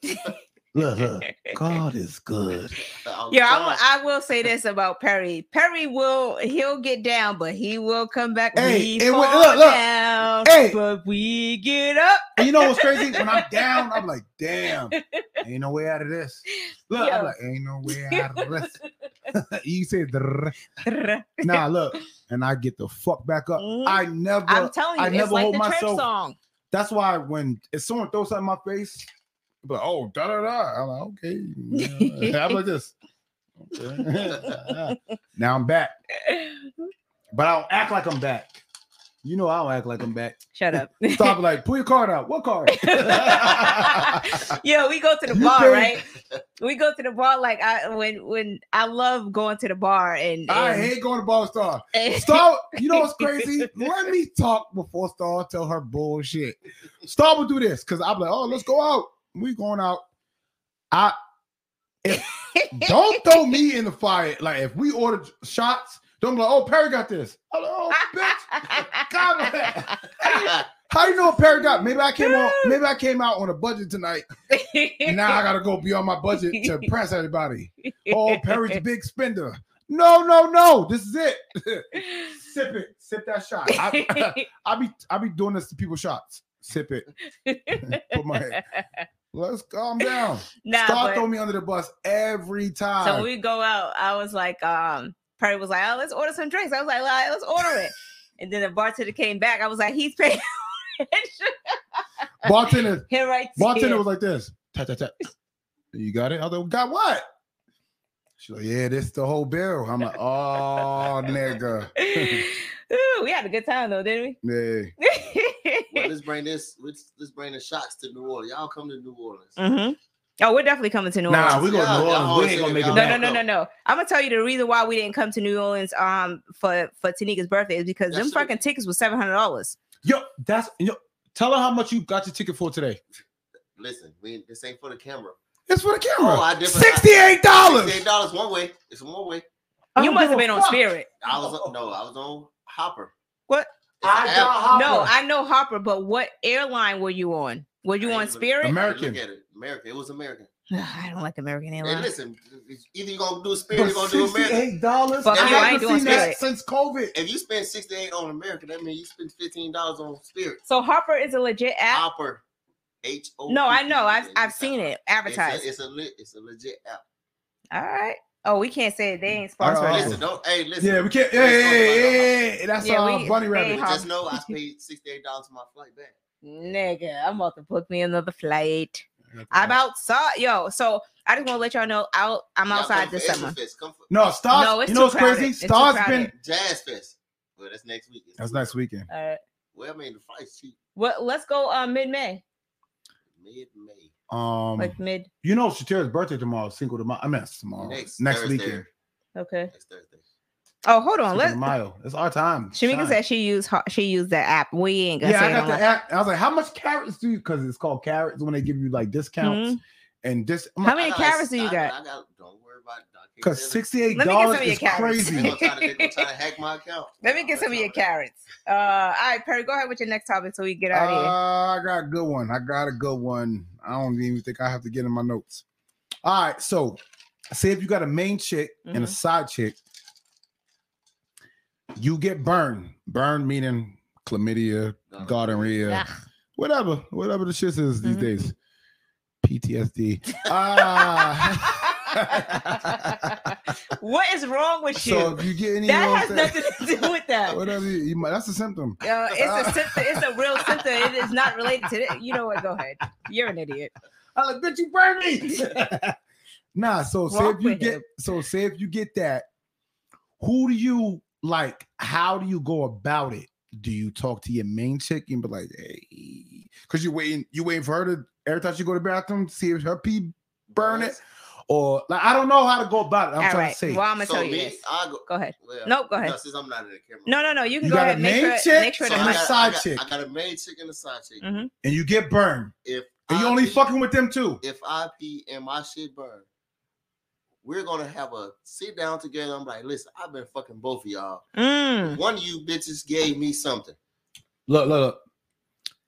S2: look, look, God is good.
S1: Yeah, I will, I will say this about Perry. Perry will he'll get down, but he will come back.
S2: Hey,
S1: we
S2: and when-
S1: fall
S2: look, look.
S1: down,
S2: Hey.
S1: but we get up.
S2: And you know what's crazy? When I'm down, I'm like, damn, ain't no way out of this. Look,
S1: Yeah.
S2: I'm like, ain't no way out of this. you said, "Drrr." nah, look, and I get the fuck back up.
S1: Mhm.
S2: I never.
S1: I'm telling you,
S2: I
S1: it's
S2: never
S1: like
S2: hold
S1: the trip
S2: myself-
S1: song.
S2: That's why when if someone throws something in my face, but oh da da da, I'm like okay. yeah. How about this? Okay. now I'm back, but I don't act like I'm back. You know I don't act like I'm back.
S1: Shut up.
S2: Stop like pull your card out. What card?
S1: yeah, we go to the
S2: You
S1: bar,
S2: pay-
S1: right? We go to the bar like I when when I love going to the bar and,
S2: I
S1: and-
S2: hate going to Ball Star.
S1: and-
S2: Star, you know what's crazy? Let me talk before Star tell her bullshit. Star will do this because I'm like, oh, let's go out. We going out. I don't throw me in the fire. Like if we ordered shots, don't be like, oh, Perry got this. I'm like, oh, bitch. Come here. How you know Perry got? Maybe I came on. Maybe I came out on a budget tonight. And now I gotta go beyond my budget to impress everybody. Oh, Perry's a big spender. No, no, no. This is it. Sip it. Sip that shot. I, I be I be doing this to people shots. Sip it. Put my head. Let's calm down.
S1: nah,
S2: Start
S1: Ah, but-
S2: throwing me under the bus every time.
S1: So when we go out, I was like, um, Perry was like, oh, let's order some drinks. I was like, "Well, let's order it. And then the bartender came back. I was like, he's paying.
S2: bartender,
S1: Here right
S2: bartender
S1: here.
S2: was like this. Tap tap tap. You got it? I was like, got what? She's like, yeah, this the whole barrel. I'm like, oh nigga.
S1: Ooh, we had a good time though, didn't
S2: Yeah.
S1: we?
S3: Well, let's bring this. Let's, let's bring the shots to New Orleans. Y'all come to New Orleans.
S1: hmm Oh, we're definitely coming to New Orleans.
S2: Nah, we going to
S3: Yeah,
S2: New
S3: y'all
S2: Orleans. We ain't
S3: always
S2: gonna make it
S1: No,
S3: say
S2: back.
S1: no, no, no, no. I'm gonna tell you the reason why we didn't come to New Orleans um for for Tanika's birthday is because them
S3: That's it.
S1: fucking tickets was seven hundred dollars.
S2: Yo, that's yo. Tell her how much you got your ticket for today.
S3: Listen, we, this ain't for the camera.
S2: It's for the camera.
S3: Oh, I different-
S2: Sixty-eight dollars.
S3: Sixty-eight dollars one way. It's one way.
S2: I
S1: You
S2: don't
S1: must
S2: give
S1: have
S2: a
S1: been on
S2: fuck.
S1: Spirit.
S3: I was on- no, I was on Hopper.
S1: What?
S3: It's
S2: I
S3: an
S2: got
S3: app.
S2: Hopper.
S1: No, I know Hopper, but what airline were you on? Were you
S3: I
S1: on
S3: ain't even-
S1: Spirit?
S2: Amer-
S3: I didn't
S2: American.
S3: Look at it. American. It was American.
S1: Ugh, I don't like American
S3: Hey,
S1: Airlines.
S3: listen, either you're gonna do
S2: But
S3: Spirit, you're gonna do American.
S2: Sixty-eight dollars.
S1: Fuck
S3: you, I ain't
S1: doing Spirit.
S2: since COVID.
S3: If you spend sixty-eight on American, that means you spend fifteen dollars on Spirit.
S1: So Hopper is a legit app.
S3: Hopper. H O. E
S1: No, I know. I've I've seen it advertised.
S3: It's a, it's a le- it's a legit app.
S1: All right. Oh, we can't say it. They ain't
S2: All right,
S1: sponsored. us.
S2: awesome.
S3: Listen, don't. Hey, listen.
S2: Yeah, we can't. Yeah, yeah, yeah, yeah, yeah. That's
S1: Yeah,
S2: uh,
S1: we-
S2: bunny
S1: they
S2: rabbit.
S1: hop-
S3: Just know I paid sixty eight dollars for my flight back.
S1: Nigga, I'm about to book me another flight. I'm outside, yo. So I just want to let y'all know, out. I'm
S3: Y'all
S1: outside
S3: come
S1: this
S3: for Edgewood
S1: summer.
S3: Fest. Come for
S2: No, stars.
S1: No, it's
S2: you know what's
S1: too crowded.
S2: crazy?
S1: It's too
S2: stars been.
S1: crowded.
S3: Jazz Fest. Well, that's next week. It's
S2: That's
S3: two
S2: next
S3: weeks.
S2: weekend.
S1: All right.
S3: Well, I mean, the flight's cheap.
S1: Well, let's go uh, mid May,
S3: Mid May.
S2: Um,
S1: like mid.
S2: you know, Shatira's birthday tomorrow. Cinco de Mayo. I mean, it's tomorrow.
S3: Next
S2: Next,
S3: Thursday.
S2: weekend.
S1: Okay.
S3: Next Thursday.
S1: Oh, hold on.
S2: Cinco de
S1: Let
S2: Mayo. It's our time.
S1: Shamika
S2: Shine.
S1: said she used her, she used that app. We ain't gonna
S2: Yeah,
S1: say
S2: I
S1: it
S2: got
S1: on
S2: the app. I was like, how much carrots do you? Because it's called carrots when they give you like discounts and this.
S1: Mm-hmm. How many
S3: Ah, I got a-
S1: carrots do you
S3: I
S1: got?
S3: I got. Don't worry about it. I can't
S2: Because
S3: tell you.
S2: sixty-eight
S1: Let me get some
S2: dollars
S1: of your
S2: is
S1: carrots.
S3: They gonna
S2: crazy.
S3: try to- they gonna try to hack my account.
S1: Let me get some of your carrots. Uh, all right, Perry, go ahead with your next topic so we get
S2: Uh,
S1: out of here.
S2: I got a good one. I got a good one. I don't even think I have to get in my notes. All right, so say if you got a main chick and a
S1: Mhm.
S2: side chick, you get burned. Burn meaning chlamydia,
S3: Gonorrhea.
S2: gonorrhea, whatever, whatever the shit is these
S1: Mhm.
S2: days. PTSD. Ah.
S1: what is wrong with you?
S2: so if you get any, you know
S1: that
S2: what
S1: has
S2: I'm
S1: nothing
S2: saying?
S1: to do with that.
S2: Whatever you, you might, that's a symptom.
S1: Uh, it's a symptom. It's a real symptom. It is not related to it. You know what? Go ahead. You're an idiot.
S2: I'm like, bitch, you burn me. nah, so say
S1: Walk
S2: if you
S1: with
S2: get
S1: him.
S2: so say if you get that, who do you like? How do you go about it? Do you talk to your main chick and be like, hey, because you waiting, you waiting for her to every time she go to the bathroom, see if her pee burn it, or like I don't know how to go about it. I'm
S1: All
S2: trying
S1: right.
S2: to say,
S1: Well, I'm gonna
S3: so
S1: tell you
S3: me, uh,
S1: this.
S3: I go.
S1: Go ahead.
S3: Well,
S1: Nope. Go ahead.
S3: No, since I'm not in the camera.
S1: No, no, no. You can
S2: You
S1: go
S2: got a
S1: ahead. Make
S2: main
S1: sure.
S2: chick?
S1: Make sure
S3: So
S1: the
S2: I'm
S3: I
S1: mic.
S2: not-
S3: got,
S2: side
S3: I got,
S2: chick.
S3: I got a main chick and a side chick.
S1: Mhm.
S2: and you get burned,
S3: If
S2: and you
S3: I
S2: only
S3: pee-
S2: fucking with them too.
S3: if I pee and my shit burn, we're gonna have a sit down together. I'm like, listen, I've been fucking both of y'all.
S1: Mm.
S3: One of you bitches gave me something.
S2: Look, look, look.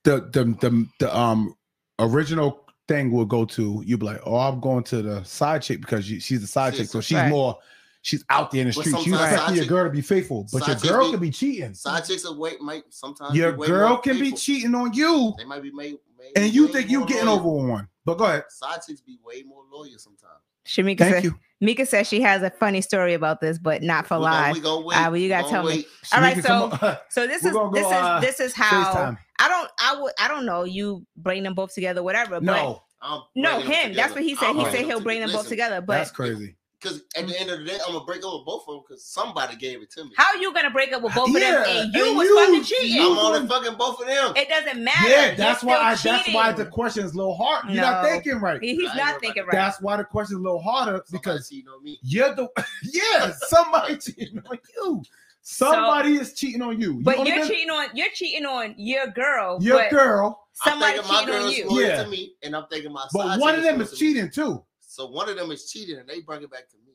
S2: The the the the um original thing will go to you. Be like, oh, I'm going to the side chick because you, she's the side chick, so she's
S1: Right.
S2: more. She's out there in the
S3: But
S2: streets. You
S3: sometimes
S2: expect
S3: side
S2: your
S3: chick-
S2: girl to be faithful, but your
S3: side chick
S2: girl
S3: be-
S2: can be cheating.
S3: Side
S1: Mm-hmm.
S3: chicks are wait, might sometimes
S2: Your
S3: be way
S2: girl
S3: more
S2: can be
S3: faithful.
S2: cheating on you,
S3: They might be made, made
S2: and you
S3: way
S2: think you
S3: more
S2: getting
S3: loyal.
S2: over on one. But go ahead.
S3: Side chicks be way more loyal sometimes.
S1: Shamika
S2: Thank
S1: said.
S2: you.
S1: Mika says she has a funny story about this, but not for
S3: We gon-
S1: live.
S3: We gonna wait.
S1: Ah, well, you
S3: We
S1: gotta
S3: gonna
S1: tell me.
S3: wait.
S1: All right,
S2: Shamika,
S1: so-
S2: come on.
S1: So this
S2: We're
S1: is
S2: gonna go,
S1: this is
S2: uh,
S1: this is how
S2: FaceTime.
S1: I don't I would I don't know. You bring them both together, whatever. But
S2: No,
S3: I'm
S1: no, him.
S3: bringing them
S1: That's
S3: together.
S1: what he said.
S3: I'm
S1: he
S2: bring
S1: said
S3: them
S1: he'll
S3: to-
S1: bring them both
S3: listen,
S1: together.
S2: that's
S1: But
S2: crazy.
S3: Cause at the end of the day, I'm gonna break up with both of them because somebody gave it to me.
S1: how you gonna break up with both
S2: Yeah,
S1: of them and you
S2: and
S1: was
S2: you-
S1: fucking cheating?
S2: you-
S3: I'm only fucking both of them.
S1: it doesn't matter.
S2: Yeah,
S1: You're
S2: that's why.
S1: still
S2: I, that's why the
S1: cheating.
S2: question is a little hard. You're not
S1: No.
S2: thinking right.
S1: He- he's
S3: I
S1: not
S3: know
S1: thinking
S3: about
S1: right.
S2: That's why the question is a little harder
S3: Somebody
S2: because
S3: cheating on me.
S2: You're the yeah. Somebody cheating on you. Somebody is cheating on you. You
S1: But
S2: only
S1: you're
S2: been-
S1: cheating on you're cheating on your girl.
S2: Your
S1: but
S2: girl,
S3: I'm
S1: somebody
S3: thinking my
S1: cheating on
S3: girl's
S1: you.
S3: loyal
S2: Yeah.
S3: to me, and I'm thinking my.
S2: but
S3: side
S2: one
S3: chick
S2: of them
S3: loyal
S2: is
S3: to me.
S2: cheating too.
S3: So one of them is cheating, and they bring it back to me.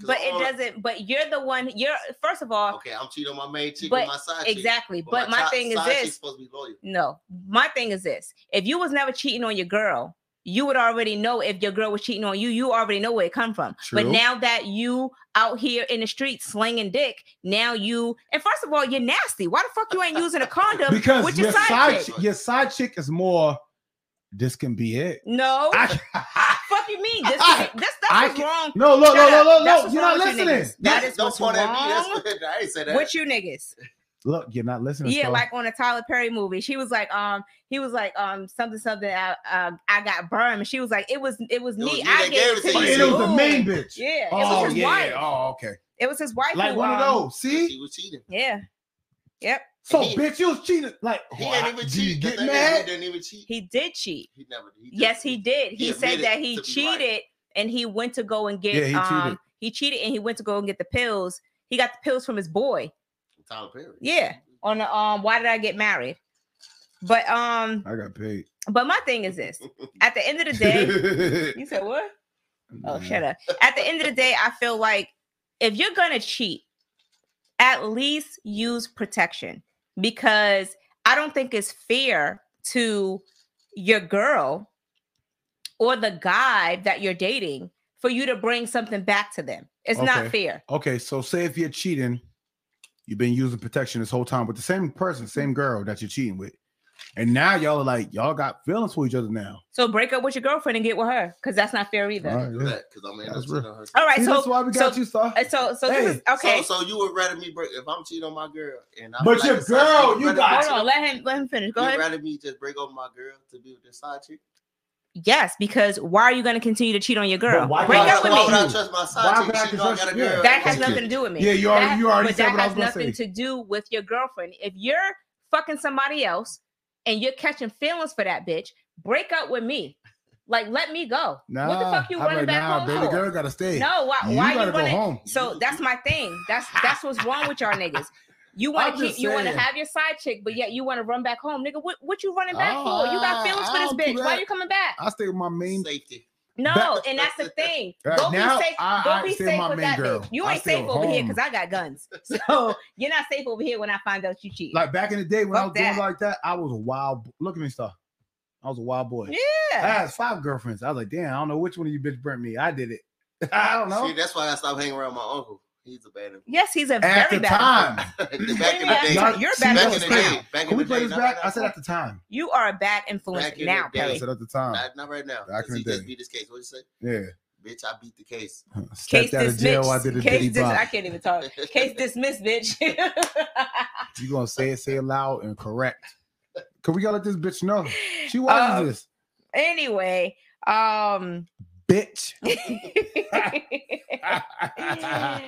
S3: 'Cause
S1: But
S3: I'm
S1: it
S3: only-
S1: doesn't. But you're the one. You're first of all
S3: Okay, I'm cheating on my main chick
S1: Uh, But-
S3: and my side chick.
S1: exactly. But my
S3: chi-
S1: thing is
S3: side
S1: this.
S3: Chick's supposed to be loyal.
S1: No, my thing is this: if you was never cheating on your girl, you would already know if your girl was cheating on you. You already know where it come from. But
S2: True.
S1: now that you out here in the street slinging dick, now you and first of all, you're nasty. Why the fuck you ain't using a condom
S2: Because
S1: with
S2: your side,
S3: chick.
S2: chick- your side chick is more. This can be it.
S1: No,
S2: I,
S1: fuck you mean this?
S2: I-
S1: this
S2: I
S1: stuff is
S2: can-
S1: wrong.
S2: no, look,
S1: Shut
S2: no, no,
S1: up.
S2: no,
S1: That's
S2: no.
S1: what's
S2: You're
S1: wrong
S2: not
S1: with you
S2: listening.
S1: niggas. That
S3: Don't-
S1: is
S3: don't
S1: what's
S3: point at me. That's
S1: wrong
S3: what- I ain't say that.
S1: With you niggas,
S2: Look, you're not listening.
S1: yeah,
S2: Star.
S1: like on a Tyler Perry movie, she was like, um, he was like, um, something, something. I, uh, I got burned, and she was like, it was, it was
S3: was
S1: me.
S3: me
S1: I
S3: that
S1: gave it to
S2: Oh,
S1: you.
S2: and it was the
S1: Ooh.
S2: main bitch.
S1: Yeah, it was
S2: oh
S1: his
S2: yeah.
S1: wife.
S2: Oh okay.
S1: It was his wife.
S2: Like
S1: who,
S2: one of
S1: um,
S2: those. See.
S3: She was cheating.
S1: Yeah. Yep.
S2: So
S3: He-
S2: bitch, you was cheating. Like
S3: He ain't even
S2: do you
S3: cheat. The
S2: get
S3: thing is, He
S2: mad?
S3: didn't even cheat.
S1: He did cheat.
S3: He never. He just-
S1: Yes, he did. He,
S3: he
S1: said
S3: admitted
S1: that he
S3: to be lying.
S1: cheated and he went to go and get
S2: Yeah, he
S1: um
S2: cheated.
S1: he cheated and he went to go and get the pills. He got the pills from his boy
S3: Tyler Perry.
S1: Yeah. on the um why did I get married? But um
S2: I got paid.
S1: but my thing is this. At the end of the day, you said what? Oh,
S2: Mm-hmm.
S1: shut up. At the end of the day, I feel like if you're gonna cheat, at least use protection because I don't think it's fair to your girl or the guy that you're dating for you to bring something back to them. It's not
S2: Okay.
S1: fair.
S2: Okay, so say if you're cheating, you've been using protection this whole time with the same person, same girl that you're cheating with. And now y'all are like, y'all got feelings for each other now.
S1: So break up with your girlfriend and get with her because that's not fair either.
S2: All right, yeah.
S3: because I'm gonna end up
S2: That's real.
S3: cheating on her.
S1: All right,
S2: See,
S1: so
S2: that's why we got
S1: so,
S2: you, sir.
S1: uh, so so this
S2: Hey.
S1: is okay.
S3: So, so you would rather me break if I'm cheating on my girl and I'm
S2: But your
S3: this side
S2: girl,
S3: chick,
S2: you
S3: rather
S2: got-
S3: me-
S1: Hold on, let him let him finish. Go
S3: you'd
S1: ahead.
S3: rather me just break up with my girl to be with this side chick?
S1: Yes, because why are you going to continue to cheat on your girl?
S2: But why
S1: Break
S3: why,
S1: up with
S3: would-
S1: me.
S3: why would I trust my
S2: Why would
S3: side chick?
S2: I
S3: She know I
S2: trust
S3: got a
S2: you?
S3: girl.
S1: That has
S2: Thank
S1: nothing to do with me.
S2: yeah, you already,
S1: That-
S2: you already
S1: but
S2: said
S1: that
S2: what I
S1: has
S2: was gonna
S1: nothing
S2: say.
S1: to do with your girlfriend. If you're fucking somebody else and you're catching feelings for that bitch, break up with me. Like, let me go.
S2: nah,
S1: what the fuck you
S2: I'm
S1: running
S2: like,
S1: back
S2: nah,
S1: home
S2: baby
S1: for?
S2: girl gotta stay.
S1: No, why?
S2: you
S1: why
S2: gotta
S1: you
S2: go
S1: want to?
S2: home.
S1: So that's my thing. That's that's what's wrong with y'all niggas. You
S2: I'm
S1: want to
S2: just
S1: keep, you want to
S2: saying.
S1: have your side chick, but yet you want to run back home, nigga. What what you running back
S2: Oh,
S1: for? You got feelings for this
S2: I'll do
S1: bitch. Why
S2: that.
S1: you coming back?
S2: I stay with my main.
S3: Safety.
S1: No,
S2: Back-
S1: and that's the thing.
S2: Right
S1: Go
S2: now,
S1: be safe.
S2: I-
S1: go
S2: I
S1: be
S2: stay
S1: safe
S2: my
S1: with
S2: main
S1: that
S2: girl.
S1: bitch. You
S2: I
S1: ain't
S2: stay
S1: safe
S2: at
S1: over here
S2: home.
S1: because I got guns. So you're not safe over here when I find out you cheat.
S2: Like back in the day when I was
S1: Fuck
S2: doing
S1: that.
S2: like that, I was a wild. Look at me, stuff. I was a wild boy. I
S1: yeah.
S2: had five girlfriends. I was like, damn, I don't know which one of you bitch burnt me. I did it. I don't know.
S3: See, that's why I stopped hanging around my uncle. He's a bad influence.
S1: Yes, he's a
S2: At
S1: very
S2: the
S1: bad.
S2: time,
S3: back in
S1: Wait
S3: the
S1: a minute, I'm
S3: day.
S2: Y'all-
S1: sorry, You're a
S2: see,
S1: bad
S2: that
S3: Back in
S2: was
S3: the
S1: influence.
S2: crazy.
S3: day. Back
S2: Can
S3: in
S2: we
S3: the
S2: play
S3: day.
S2: this
S3: Not
S2: back?
S3: right
S2: I said
S3: now.
S2: at the time.
S1: You are a bad influence
S3: Back in
S1: now,
S3: the day.
S2: I
S1: Perry.
S2: said at the time.
S3: Not, not right now.
S2: Back
S3: 'cause
S2: in
S3: he
S2: the
S3: just
S2: day.
S3: beat his case. What'd you say?
S2: Yeah.
S3: Bitch, I beat the case.
S2: Stepped
S1: Case
S2: out of
S1: dismissed.
S2: jail. I did a
S1: Case
S2: bitty
S1: dis- I
S2: bop.
S1: can't even talk. Case dismissed, bitch.
S2: You gonna say it, say it loud and correct. Can we gotta let this bitch know? She watches
S1: Um,
S2: this.
S1: anyway, um
S2: Bitch. oh,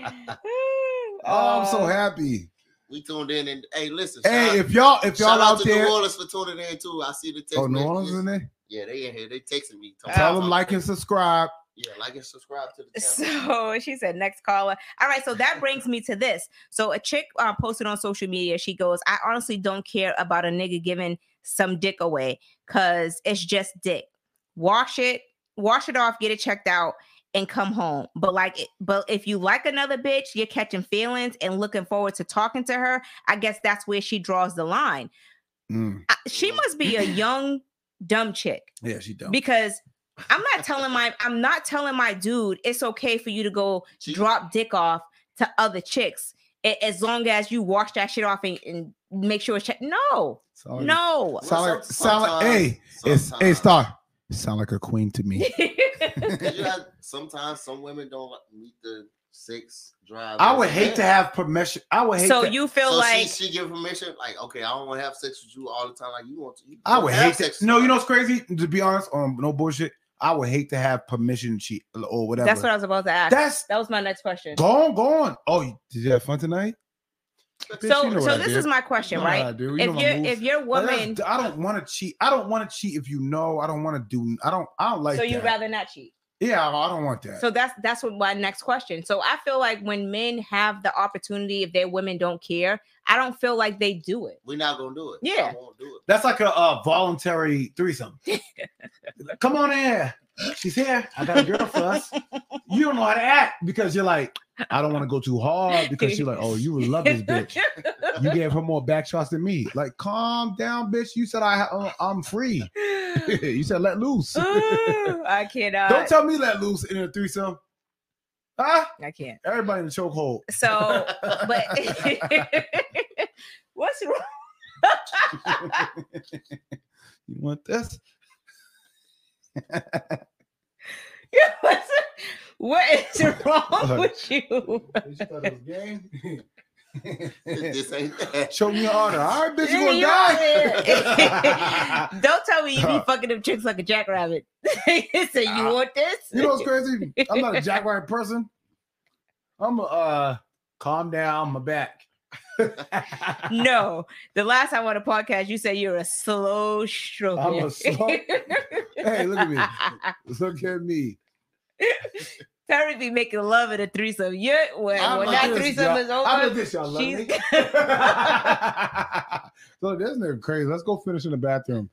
S2: I'm so
S1: uh,
S2: happy.
S3: We tuned in and hey, listen.
S2: Hey,
S3: shout,
S2: if y'all if y'all
S3: shout
S2: out
S3: to
S2: there,
S3: New Orleans for tuning in too. I see the text.
S2: oh New
S3: messages.
S2: Orleans in there,
S3: Yeah, they in here. They texting me.
S1: Uh,
S2: tell them like and subscribe.
S3: Yeah, like and subscribe to the channel.
S1: So she said, next caller. All right. So that brings me to this. So a chick uh, posted on social media. She goes, I honestly don't care about a nigga giving some dick away because it's just dick. Wash it, wash it off, get it checked out, and come home. But like, it- but if you like another bitch, you're catching feelings and looking forward to talking to her. I guess that's where she draws the line.
S2: Mm,
S1: I- she must be a young, dumb chick
S2: yeah, she don't.
S1: because I'm not telling my I'm not telling my dude it's okay for you to go
S3: She-
S1: drop dick off to other chicks a- as long as you wash that shit off and, and make sure it's checked. No,
S2: Sorry.
S1: no.
S3: Well,
S2: Sound like,
S3: some-
S2: sound like, hey, it's, hey,
S3: sometimes-
S2: star. Sound like a queen to me.
S3: You got- sometimes some women don't like- meet the sex drive.
S2: I
S3: as
S2: would
S3: a
S2: hate to
S3: man.
S2: have permission. I would hate.
S1: so
S2: to,
S1: you feel
S3: so
S1: like
S3: she, she give permission, like, okay, I don't want to have sex with you all the time, like you want to. You
S2: I
S3: want
S2: would
S3: to have
S2: hate to.
S3: sex with
S2: No, you know
S3: somebody.
S2: what's crazy? To be honest, um, no bullshit. I would hate to have permission to cheat or whatever.
S1: that's what I was about to ask.
S2: That's
S1: that was my next question.
S2: gone, gone. Oh, you- did you have fun tonight? bitch,
S1: so
S2: you know what
S1: so
S2: I
S1: this
S2: did.
S1: is my question,
S2: You know
S1: right?
S2: how I do. You know
S1: if
S2: my
S1: you're
S2: moves.
S1: if you're
S2: Like,
S1: woman,
S2: that's- I don't want to cheat. I don't want to cheat if you know. I don't want to do. I don't. I don't like.
S1: so you
S2: that.
S1: rather not cheat.
S2: Yeah, I I don't want that.
S1: So that's that's what my next question. So I feel like when men have the opportunity, if their women don't care, I don't feel like they do it.
S3: We're not gonna do it.
S1: Yeah.
S3: I won't do
S2: That's like a uh, voluntary threesome. Come on in. She's here. I got a girl for us. You don't know how to act because you're like, I don't want to go too hard because she's like, oh, you would love this bitch. You gave her more back shots than me. Like, calm down, bitch. You said I, uh, I'm free. you said let loose.
S1: Ooh, I cannot.
S2: don't tell me let loose in a threesome. Huh?
S1: I can't.
S2: Everybody in the chokehold.
S1: So, but what's wrong?
S2: you want this?
S1: What's, what is wrong with you?
S2: Bitch, you thought it was
S3: it.
S2: gay?
S3: this ain't that.
S2: Show me your honor. All right, bitch, you
S1: Nigga,
S2: gonna
S1: you out
S2: die.
S1: here. Don't tell me you be fucking them chicks like a jackrabbit. so you
S2: Ah.
S1: want this?
S2: You know what's crazy? I'm not a jackrabbit person. I'm a uh, calm down, my back. I'm
S1: no, the last time on a podcast, you said you're a slow stroker.
S2: a slow. hey, look at me. Look at me.
S1: Terry be making love in a threesome. Yeah, when,
S2: I'm
S1: when
S2: a
S1: that
S2: this,
S1: threesome
S2: y'all.
S1: is
S2: I
S1: over,
S2: love this, y'all. Love
S1: she's-
S2: me. so this nigga crazy. Let's go finish in the bathroom.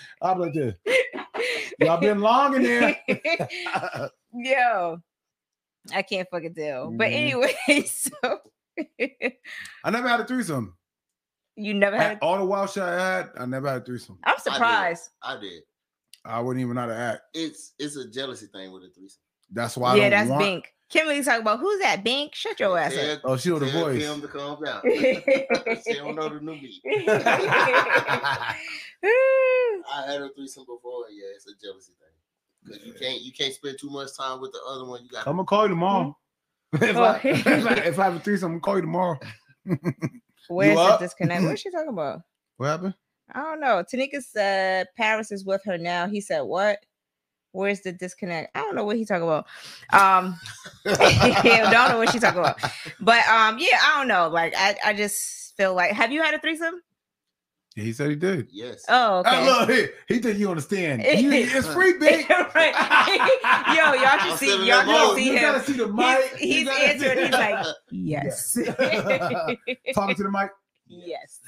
S2: I'm like this. Y'all been long in there.
S1: Yo, I can't fucking tell. But
S2: Mhm.
S1: anyway, so
S2: I never had a threesome.
S1: you never had.
S2: Had
S1: A,
S2: all the wild shit I had, I never had a threesome.
S1: I'm surprised.
S3: I did.
S2: I wouldn't even know how to act.
S3: It's it's a jealousy thing with a threesome.
S2: That's why I
S1: yeah,
S2: don't
S1: that's
S2: want.
S1: Bink. Kimberly's talking about who's that Bink? Shut your ass up.
S3: Tell-
S2: Oh, she know the
S3: tell
S2: voice.
S3: Kim to calm down. she don't know the new me.
S1: I
S3: I had a threesome before. Yeah, it's a jealousy thing. Cause you can't you can't spend too much time with the other one. You got
S2: I'm gonna call you
S1: Hmm?
S2: tomorrow. if, I,
S1: Oh.
S2: if, I, if I have a threesome, I'm gonna call you tomorrow.
S1: Where's the
S2: up?
S1: disconnect? What's she talking about?
S2: What happened?
S1: I don't know. Tanika said Paris is with her now. He said, What? Where's the disconnect? I don't know what he's talking about. Um, yeah, don't know what she's talking about. But um, yeah, I don't know. Like, I, I just feel like, have you had a threesome?
S2: Yeah, he said he did.
S3: yes.
S1: Oh, okay.
S2: I love it. He think you understand. You- it's free, big.
S1: Right. Yo, y'all should
S3: I'm
S1: see.
S3: still in
S1: Y'all
S3: that mode.
S1: should
S2: Yo,
S1: see
S2: you
S1: him.
S2: gotta see the mic.
S1: He's,
S2: You
S1: he's
S2: gotta see-
S1: answering. He's like, yes,
S2: talking to the mic.
S1: yes,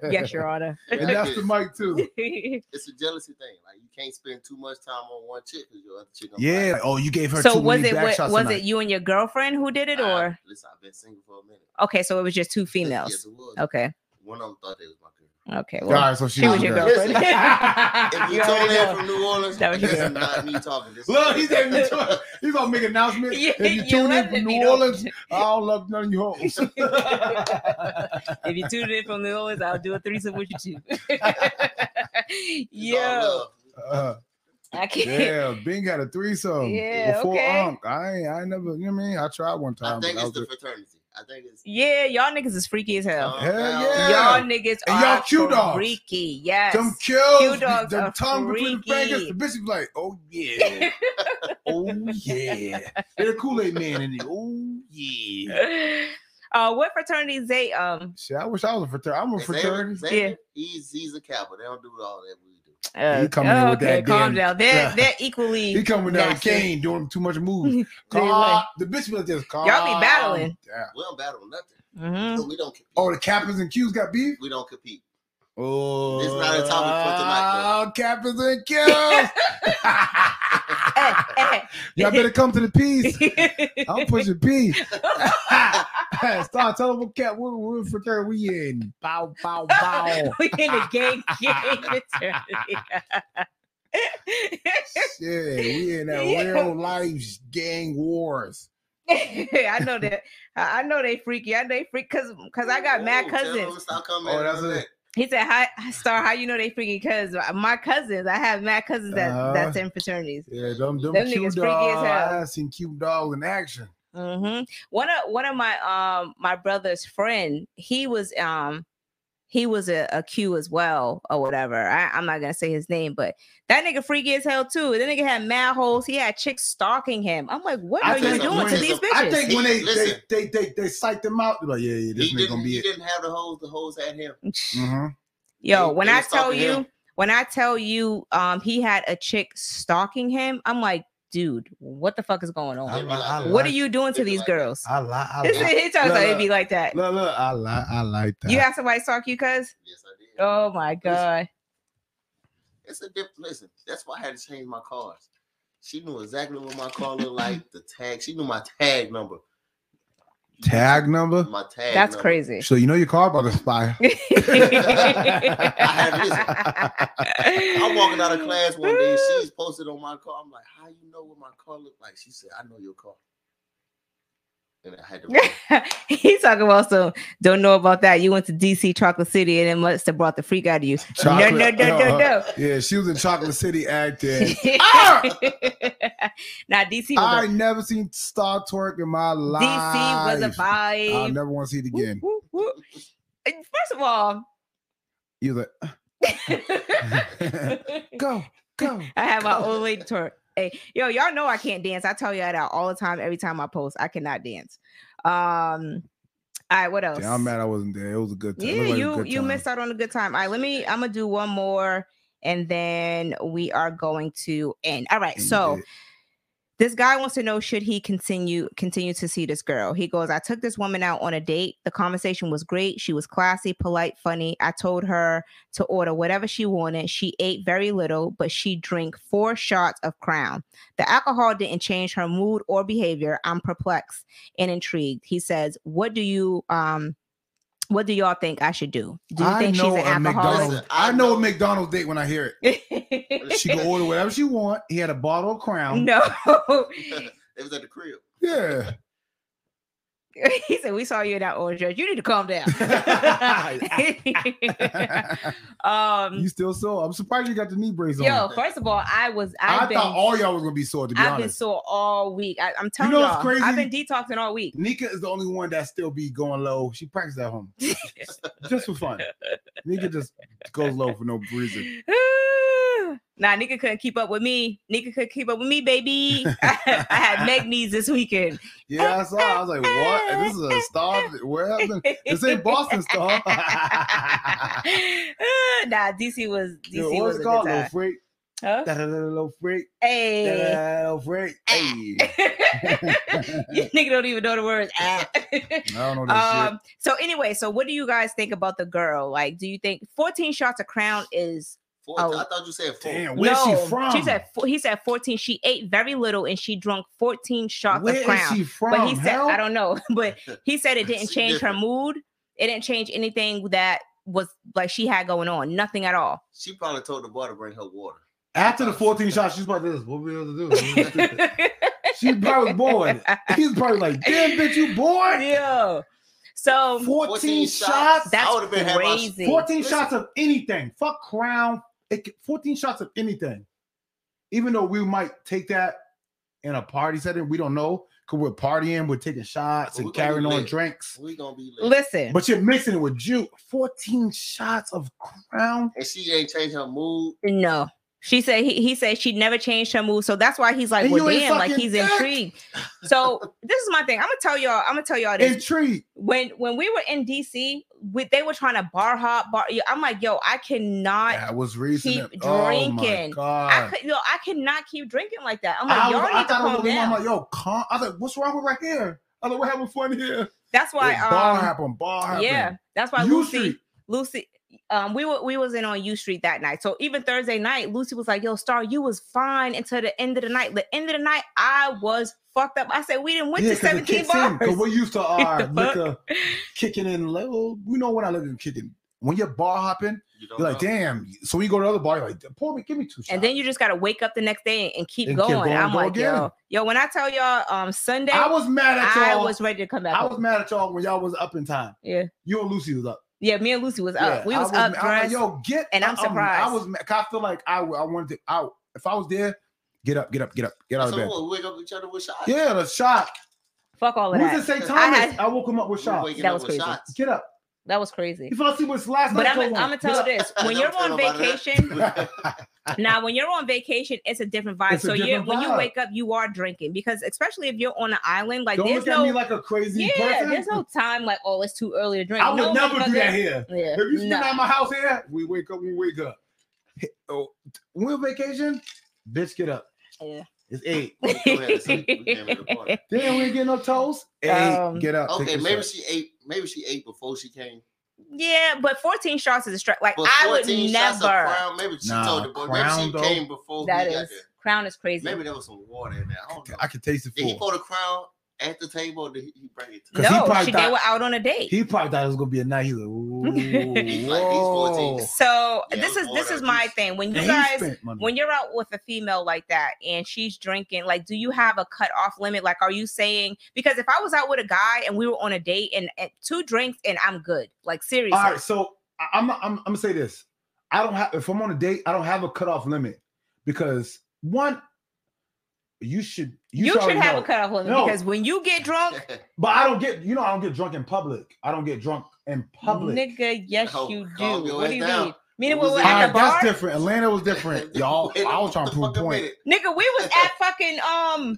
S1: yes, Your Honor.
S2: and that's the mic too.
S3: it's a jealousy thing. Like you can't spend too much time on one chick because your other chick. gonna
S2: Yeah. Oh, you gave her.
S1: so
S2: too
S1: was
S2: many
S1: it
S2: back
S1: what,
S2: shots
S1: was
S2: tonight.
S1: it you and your girlfriend who did it,
S3: fight. I-
S1: or
S3: listen, I've been single for a minute.
S1: okay, so it was just two
S3: Yes,
S1: females.
S3: it was.
S1: Okay,
S3: One of them thought they was my girl.
S1: okay,
S2: All
S1: well,
S2: right, so she,
S1: she
S2: was
S1: was your
S2: girl.
S1: girlfriend.
S3: If you,
S1: You
S3: told
S1: already
S3: that
S1: know.
S3: from New Orleans,
S1: That was
S3: this
S1: your
S3: is not me talking. This
S2: Look, he's having to- he's gonna make announcements.
S1: You-
S2: If you
S1: you
S2: tune in
S1: left
S2: from
S1: it,
S2: New
S1: you don't-
S2: Orleans, I don't love none of you hoes.
S1: if you tuned in from New Orleans, I'll do a threesome with you too.
S3: It's all
S1: Yo,
S3: love.
S2: Uh,
S1: I can't.
S2: yeah, Bing had a threesome.
S1: Yeah,
S2: Before
S1: okay.
S2: Unc. I ain't, I never, you know what I mean? I tried one
S3: I
S2: time.
S3: think
S2: but
S3: it's
S2: I
S3: the
S2: was-
S3: fraternity. I think it's
S1: Yeah, y'all niggas is freaky as hell.
S3: Oh,
S2: Hell
S3: now-
S2: yeah.
S1: Y'all niggas
S2: And
S1: are
S2: y'all cute dogs.
S1: freaky. Yes.
S2: them kills,
S1: dogs
S2: them
S1: are
S2: tongue between the
S1: freaky.
S2: fingers. The bitch be like, oh yeah, oh yeah. They're a Kool Aid man in the oh yeah.
S1: uh, what fraternities they um
S2: Shit, I wish I was a fraternity. I'm a
S3: Xavier-
S2: fraternity. Mm.
S3: Xavier,
S1: Yeah.
S3: He's he's a cowboy. They don't do all that we do.
S1: uh,
S2: He coming in with that
S1: calm
S2: damn-
S1: down. They're they're equally
S2: He coming down
S1: nasty.
S2: Kane doing too much moves.
S1: They
S2: Calm, the bitch was just calm.
S1: Y'all be battling.
S2: down.
S3: We don't battle nothing.
S1: like- Mhm.
S3: So we don't compete.
S2: Oh, the Captains and Q's got beef.
S3: we don't compete.
S2: Oh,
S3: This is not a topic
S2: Captains and Q's.
S1: Eh,
S2: Y'all better come to the peace.
S1: eh.
S2: I'm pushing P. Start telling them cat what what fraternity we in. Bow bow bow.
S1: we in the gang gang fraternity.
S2: Shit, we in that
S1: Yeah.
S2: real life gang wars.
S1: I know that. I I know they freaky. I know they freak because because I got mad
S3: Whoa, tell them
S1: cousins.
S3: to Stop coming.
S2: Oh,
S3: in
S2: that's
S3: on
S2: it.
S3: that.
S1: He said, "Hi, Star. How you know they freaky? Because my cousins. I have mad cousins that
S2: Uh-huh.
S1: that's in fraternities.
S2: Yeah, them them,
S1: Them
S2: Q
S1: niggas freaky as
S2: dog.
S1: hell.
S2: I seen Q dog in action.
S1: hmm One of one of my um my brother's friend. He was um he was a, a Q as well or whatever. I, I'm not gonna say his name, but that nigga freaky as hell too. That nigga had mad holes. He had chicks stalking him. I'm like, what
S2: I
S1: are you
S2: think-
S1: doing to
S2: when-
S1: these bitches?
S2: I think when they they,
S3: Listen.
S2: they they they psych them out, they're like, yeah, yeah, this
S3: He
S2: nigga
S3: didn't.
S2: gonna be
S3: He
S2: it.
S3: didn't have the hoes. The hoes had him.
S2: Mhm.
S1: Yo,
S3: They-
S1: when
S3: they
S1: I
S3: was
S1: tell
S3: stalking
S1: you,
S3: him.
S1: when I tell you, um, he had a chick stalking him. I'm like, dude, what the fuck is going
S2: I,
S1: on?
S2: li- I
S3: What
S1: What
S2: like-
S1: are you doing to
S3: They be
S1: these
S3: like that.
S1: girls?
S2: I like. I
S1: This is,
S2: like.
S1: he talks
S2: Look,
S1: like it
S2: look,
S1: be like that.
S2: Look, look, I like. I like that.
S1: You got somebody stalk you, cuz?
S3: Yes, I did.
S1: Oh my god.
S3: It's a different. Listen, that's why I had to change my cars. She knew exactly what my car looked like. The tag. She knew my tag number.
S2: Tag number.
S3: My tag.
S1: That's
S3: number.
S1: crazy.
S2: So you know your car about to expire.
S3: I'm walking out of class one day. She's posted on my car. I'm like, how you know what my car looked like? She said, I know your car. And I had to.
S1: He's talking about some don't know about that. You went to DC Chocolate City and it must have brought the freak out of you.
S2: Chocolate-
S1: No, no, no, no, no.
S2: Yeah, she was in Chocolate City acting.
S3: Ah! uh,
S1: now DC
S2: I
S1: was
S2: ain't never seen Star Twerk in my
S1: a,
S2: life.
S1: DC was a
S2: I'll
S1: vibe.
S2: never want to see it
S1: Woo,
S2: again.
S1: woo, woo. And First of all,
S2: He was like,
S1: I
S2: go, go.
S1: have my old lady tour. Hey, yo, y'all know I can't dance. I tell y'all that all the time. Every time I post, I cannot dance. Um, all right, what else?
S2: Yeah, I'm mad I wasn't there. It was a good time. It
S1: Yeah,
S2: looked like a
S1: you
S2: good
S1: you
S2: time.
S1: missed out on a good time. All right, let me. I'm gonna do one more, and then we are going to end. All right,
S2: And you
S1: so
S2: did.
S1: this guy wants to know should he continue continue to see this girl he goes i took this woman out on a date the conversation was great she was classy polite funny i told her to order whatever she wanted she ate very little but she drank four shots of crown the alcohol didn't change her mood or behavior i'm perplexed and intrigued he says what do you um What do y'all think I should do? Do you
S2: I
S1: think she's
S2: know
S1: an
S2: a McDonald's.
S1: alcoholic?
S3: Listen, I
S2: I know
S3: know-
S2: a McDonald's date when I hear it. She can order whatever she want. He had a bottle of Crown.
S1: no.
S3: it was at the crib.
S2: Yeah.
S1: he said, We saw you in that orange dress. You need to calm down. um,
S2: you still sore. I'm surprised you got the knee brace
S1: yo,
S2: on.
S1: first of all, I was I've
S2: I
S1: been
S2: thought all y'all was gonna be sore to be
S1: I've been
S2: honest.
S1: sore all week. I, I'm telling you
S2: know
S1: all
S2: what's crazy?
S1: I've been detoxing all week.
S2: Nika is the only one that still be going low. She practices at home just for fun. Nika just goes low for no reason.
S1: nah, Nika couldn't keep up with me. Nika couldn't keep up with me, baby. I had meg knees this weekend.
S2: Yeah, I saw. I was like, what? And this is a star. Where have been? This ain't Boston star.
S1: nah, Ah, DC was DC
S2: Yo,
S1: was
S2: what's
S1: a
S2: it
S1: good
S2: called? Little
S1: time.
S2: freak.
S1: Huh?
S2: Da da da little freak. Da da
S1: Hey.
S2: da little freak.
S1: Ah.
S2: Hey.
S1: you nigga don't even know the words. Ah.
S2: I don't know that
S1: um, so anyway, so what do you guys think about the girl? Like, do you think 14 shots of crown is
S3: Four,
S1: Oh.
S3: I thought you said four.
S2: shit. Damn, where's
S1: no?
S2: she from?
S1: said fo- he said 14. She ate very little and she drunk 14 shots
S2: Where
S1: of
S2: is
S1: crown.
S2: she from?
S1: but he said,
S2: Hell?
S1: I don't know. But he said it didn't
S3: She
S1: change her
S3: different.
S1: mood. It didn't change anything that was like she had going on. Nothing at all.
S3: She probably told the boy to bring her water.
S2: After the 14 shots, she's about this. What we able to do?
S1: yeah.
S2: she's probably bored. He's probably like, damn, bitch, you bored?
S1: So
S2: 14
S3: shots?
S2: shots.
S1: that's
S3: I would've been had my-
S1: crazy.
S2: 14
S3: Listen.
S2: shots of anything. Fuck crown. It, c- 14 shots of anything. Even though we might take that in a party setting, we don't know. Cause we're partying, we're taking shots
S3: We're
S2: and
S3: gonna
S2: carrying
S3: be
S2: on
S3: lit.
S2: drinks.
S3: We gonna be late.
S1: Listen,
S2: But you're mixing it with juice. 14 shots of crown.
S3: and she ain't changed her mood.
S1: no. She said he, he said she never changed her mood. So that's why he's like,
S2: And
S1: well,
S2: you ain't
S1: damn, like
S2: fucking
S1: he's
S2: dick.
S1: intrigued. So this is my thing. I'm gonna tell y'all, I'm gonna tell y'all this.
S2: Intrigue.
S1: when when we were in DC, we, they were trying to bar hop bar. I'm like, yo, I cannot
S2: I was reading
S1: keep
S2: it. Oh my
S1: drinking. I
S2: god.
S1: could, yo, I cannot keep drinking like that. I'm like,
S2: I, was,
S1: y'all
S2: I
S1: need to
S2: thought I was
S1: calm
S2: the one.
S1: down.
S2: I'm like, yo, calm. I was like, what's wrong with right here? I was like, we're having fun here.
S1: that's why,
S2: It's bar
S1: um,
S2: happen, bar happen.
S1: yeah, that's why
S2: U
S1: Lucy,
S2: Street.
S1: Lucy, um, we were we was in on U Street that night. So even Thursday night, Lucy was like, "Yo, Star, you was fine until the end of the night. The end of the night, I was fucked up. I said we didn't went
S2: Yeah,
S1: to
S2: 'cause it
S1: 17
S2: kicks in, 'cause
S1: bars.
S2: we're used to our
S1: the fuck?
S2: liquor kicking in low. We know when I look at kicking. When you're bar hopping,
S3: You don't
S2: you're like,
S3: know.
S2: damn. So we go to the other bar, you're like, pour me, give me two shots.
S1: And then you just gotta wake up the next day and, and keep
S2: And keep
S1: going.
S2: going,
S1: I'm
S2: go
S1: like,
S2: again.
S1: yo, yo, when I tell y'all, um, Sunday,
S2: I was mad at
S1: I
S2: y'all.
S1: was ready to come back.
S2: I
S1: home.
S2: was mad at y'all when y'all was up in time.
S1: Yeah.
S2: You and Lucy was up.
S1: yeah, me and Lucy was up.
S2: Yeah,
S1: we
S2: I
S1: was, up.
S2: I'm like,
S1: dressed.
S2: yo, get. um,
S1: and I'm
S2: I- I
S1: surprised.
S2: was. mad- 'cause I feel like I, I wanted to. I, if I was there, get up, get up, get up, get out of
S3: So
S2: bed.
S3: we'll wake up each other with shots.
S2: Yeah, the shot.
S1: Fuck all
S2: Who's
S1: of that.
S2: the St. Thomas?
S1: I
S2: I,
S1: had-
S2: woke him up with
S3: We
S2: shots.
S3: waking
S1: That
S3: up
S1: was
S3: with
S1: crazy.
S3: shots.
S2: Get up.
S1: That was crazy.
S2: You fell asleep with last
S1: But
S2: night.
S1: I'm gonna I'm tell you this: when
S3: Don't
S1: you're
S3: tell
S1: on
S3: nobody that.
S1: vacation, now when you're on vacation, it's a different vibe.
S2: It's a
S1: so you
S2: different
S1: when you
S2: vibe.
S1: wake up, you are drinking because especially if you're on an island, like
S2: Don't
S1: there's
S2: look at
S1: no
S2: me like a crazy
S1: yeah,
S2: person.
S1: there's no time like oh it's too early to drink.
S2: I would
S1: No,
S2: never do
S1: motherfucker.
S2: that here.
S1: Yeah,
S2: If you spend
S1: no.
S2: at my house here, we wake up, we wake up. Hey, Oh, we're on vacation, bitch, get up.
S1: Yeah.
S2: It's eight.
S3: Go ahead and sleep. We can't make a party.
S2: Then we ain't getting no toast. Eight,
S1: Um,
S2: get up. take
S3: Okay,
S2: your
S3: maybe
S2: shot.
S3: she ate. Maybe she ate before she came.
S1: yeah, but 14 shots is a stretch. Like
S3: But
S1: I would
S3: 14 shots of
S1: never.
S3: Crown, maybe she
S2: Nah,
S3: told the boy. Maybe
S2: Crown,
S3: she
S2: though,
S3: came before
S1: That
S3: he got
S1: is
S3: there.
S1: crown is crazy.
S3: Maybe there was some water in there. I don't know.
S2: I could taste it
S3: Did he
S2: full.
S3: pour the Crown at the table? Or did he, he bring it?
S2: No.
S3: To
S2: 'cause he
S1: no,
S2: probably
S1: she, they
S2: thought-
S1: were out on a date.
S2: He probably thought it was gonna be a night. He's like,
S1: He's
S3: like, these 14.
S2: whoa.
S1: so
S3: Yeah,
S1: this
S3: it
S1: is
S3: was
S1: this
S3: water,
S1: is my
S3: juice.
S1: thing. When
S2: And
S1: you
S2: he
S1: guys
S2: spent money.
S1: when you're out with a female like that and she's drinking, like, do you have a cutoff limit? Like, are you saying because if I was out with a guy and we were on a date and, and two drinks and I'm good, like seriously,
S2: All right, so I- I'm, I'm I'm gonna say this. I don't have if I'm on a date, I don't have a cutoff limit because one, you should
S1: you,
S2: already
S1: should have
S2: know.
S1: a cutoff limit
S2: No.
S1: because when you get drunk,
S2: But I don't get you know I don't get drunk in public. I don't get drunk in public.
S1: nigga, yes
S3: No,
S1: you do.
S3: calm your
S1: What
S3: ass
S1: do you
S3: down.
S1: mean? Meaning
S3: What
S1: we
S3: was
S1: were
S2: All
S1: at
S2: right,
S1: the bar,
S2: that's different. Atlanta was different, y'all. I was trying to prove
S3: Wait
S2: a
S3: a
S2: point.
S3: minute.
S1: nigga, we was at fucking um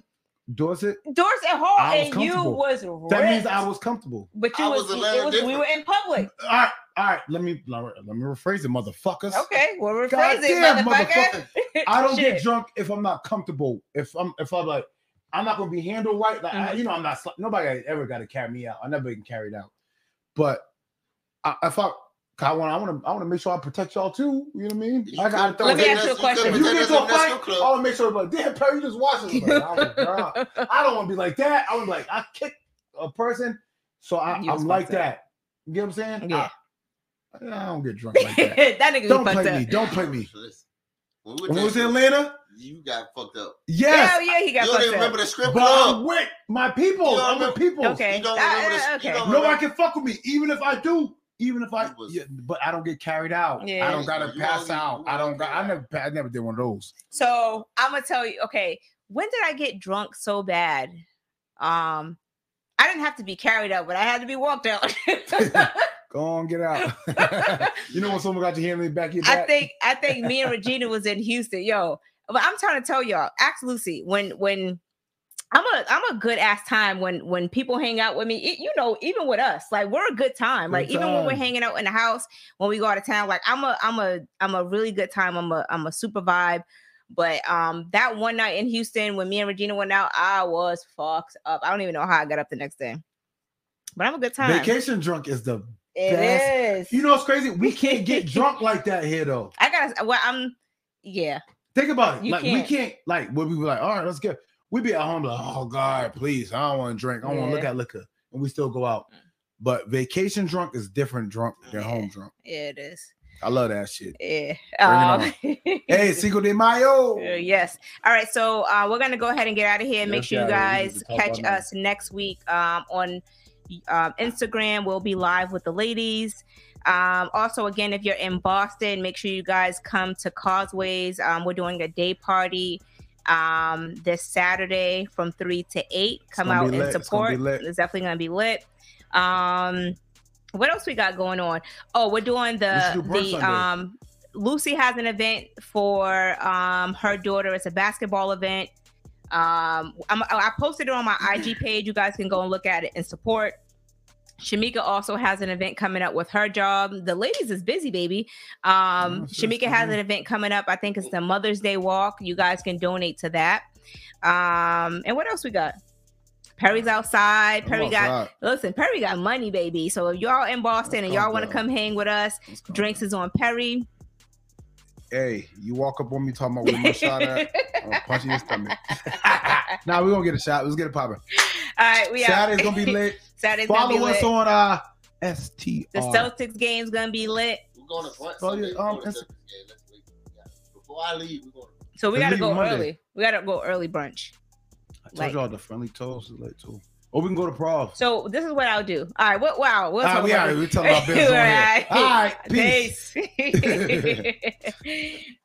S2: Dorset.
S1: Dorset Hall
S2: I was
S1: and you
S2: comfortable.
S1: was
S2: That means I
S1: ripped.
S2: was comfortable.
S1: but you
S3: I
S1: was,
S3: was a
S1: it
S3: little
S1: was- we
S3: different.
S1: were in public.
S2: All right, all right. Let me let me rephrase it, motherfuckers.
S1: Okay, well we're
S2: God
S1: crazy,
S2: damn,
S1: motherfucker.
S2: I don't
S1: Shit.
S2: get drunk if I'm not comfortable. If I'm if I'm like I'm not gonna be handled right. Like
S1: Mm-hmm.
S2: I, you know, I'm not. sli- Nobody ever got to carry me out. I never been carried out. But I, if I, 'cause I want, I want to, I want to make sure I protect y'all too. You know what I mean?
S3: You
S2: I gotta
S3: couldn't
S2: throw
S1: Let me
S2: it
S3: take
S1: ask
S2: in.
S1: you a
S3: us-
S1: question.
S2: If
S3: couldn't
S2: you get
S3: take us
S2: to a
S3: in the
S2: fight, Oh,
S3: strip
S2: I
S3: club.
S2: want to make sure. Like, damn, Perry, you just watching. Like, I, was drunk. I don't want to be like that. I want to be like I kick a person, so I,
S1: You was
S2: I'm like
S1: fucked up.
S2: that. You get what I'm saying?
S1: Yeah.
S2: I, I don't get drunk like that.
S1: that nigga
S2: don't
S1: was fucked
S2: play me.
S1: up.
S2: Don't play me.
S3: Listen, When we
S2: When
S3: were
S2: we was in
S3: texting,
S2: Atlanta,
S3: you got fucked up.
S2: yes,
S1: Hell yeah, he got
S3: you don't even
S1: fucked up.
S3: remember the script
S2: but
S3: club.
S2: I'm with my people.
S3: You know,
S2: I'm with people.
S1: Okay.
S3: You don't
S1: Ah,
S3: remember
S1: ah,
S3: the
S1: okay.
S3: You don't
S2: Nobody
S3: remember-
S2: can fuck with me, even if I do. Even if I,
S3: You was-
S2: yeah, but I don't get carried out.
S1: Yeah.
S2: I don't gotta
S3: You
S2: pass
S3: only-
S2: out.
S3: you
S2: I don't
S3: only
S2: got.
S3: get
S2: I never. pa- I never did one of those.
S1: So I'm gonna tell you, okay, when did I get drunk so bad? Um, I didn't have to be carried out, but I had to be walked out.
S2: Go on, get out. you know when someone got your hand in the back of your
S1: I
S2: back.
S1: think I think me and Regina was in Houston, yo. But I'm trying to tell y'all, ask Lucy when when I'm a I'm a good ass time when when people hang out with me. It- you know, even with us, like we're a good time. Like
S2: Good
S1: even when we're
S2: time.
S1: hanging out in the house, when we go out of town, like I'm a I'm a I'm a really good time. I'm a I'm a super vibe. But um that one night in Houston when me and Regina went out, I was fucked up. I don't even know how I got up the next day. But I'm a good time.
S2: Vacation drunk is the.
S1: It is.
S2: best. You know what's crazy? We can't get drunk like that here though.
S1: I gotta well, I'm yeah.
S2: Think about it.
S1: You
S2: like
S1: can't.
S2: we can't like when we were like, all right, let's go. We'd be at home like, oh God, please, I don't want to drink. I don't want to look
S1: Yeah. Mm.
S2: at liquor. And we still go out. But vacation drunk is different drunk than
S1: Oh, Yeah.
S2: home drunk.
S1: Yeah, it is.
S2: I love that shit.
S1: Yeah.
S2: on.
S1: Eh, Um,
S2: Hey, Cinco de Mayo.
S1: uh, yes. All right. So uh, we're gonna go ahead and get out of here. Make
S2: Yes,
S1: sure you
S2: yeah, we need
S1: guys
S2: to talk
S1: catch
S2: about that.
S1: us next week um, on um, Instagram. We'll be live with the ladies. Um, also, again, if you're in Boston, make sure you guys come to Causeways. Um, we're doing a day party um, this Saturday from three to eight. Come
S2: gonna
S1: out and
S2: be lit. It's gonna
S1: support.
S2: be
S1: It's,
S2: lit.
S1: definitely gonna be lit. Um, what else we got going on? Oh, we're doing the
S2: We should do brunch
S1: the
S2: Sunday.
S1: um Lucy has an event for um her daughter. It's a basketball event. Um I'm, I posted it on my IG page. You guys can go and look at it and support. Shamika also has an event coming up with her job. The ladies is busy, baby. Um,
S2: Yeah, sure,
S1: Shamika
S2: sure.
S1: has an event coming up. I think it's the Mother's Day walk. You guys can donate to that. Um, and what else we got? Perry's outside.
S2: I'm
S1: Perry got
S2: outside.
S1: listen. Perry got money, baby. So if y'all in Boston and
S2: Let's go,
S1: y'all want to
S2: bro.
S1: come hang with us,
S2: Let's go.
S1: drinks is on Perry.
S2: Hey, you walk up on me talking about where my shot at. I'm gonna punch you in your stomach. nah, we're gonna get a shot. Let's get it popping.
S1: All right, we out.
S2: Saturday's gonna be lit.
S1: Saturday's gonna be
S2: Follow us
S1: lit.
S2: on uh STR.
S1: The Celtics game's gonna be lit.
S3: We're going to brunch.
S2: Oh,
S3: Sunday.
S2: yeah,
S3: We're going
S2: um,
S3: to
S2: it's-
S3: Texas game. That's what we got. Before I leave, we're going to.
S1: So we
S2: We're
S1: gotta go
S2: leaving Monday.
S1: early. We gotta go early brunch.
S2: I told
S1: like-
S2: y'all the friendly toes is lit too. Or we can go to Prof.
S1: So this is what I'll do. All right, what? Wow, we'll
S2: Ah,
S1: talk
S2: we
S1: about
S2: out.
S1: this.
S2: We're talking about business on here.
S1: All
S2: All
S1: right.
S2: right, peace.
S1: Peace.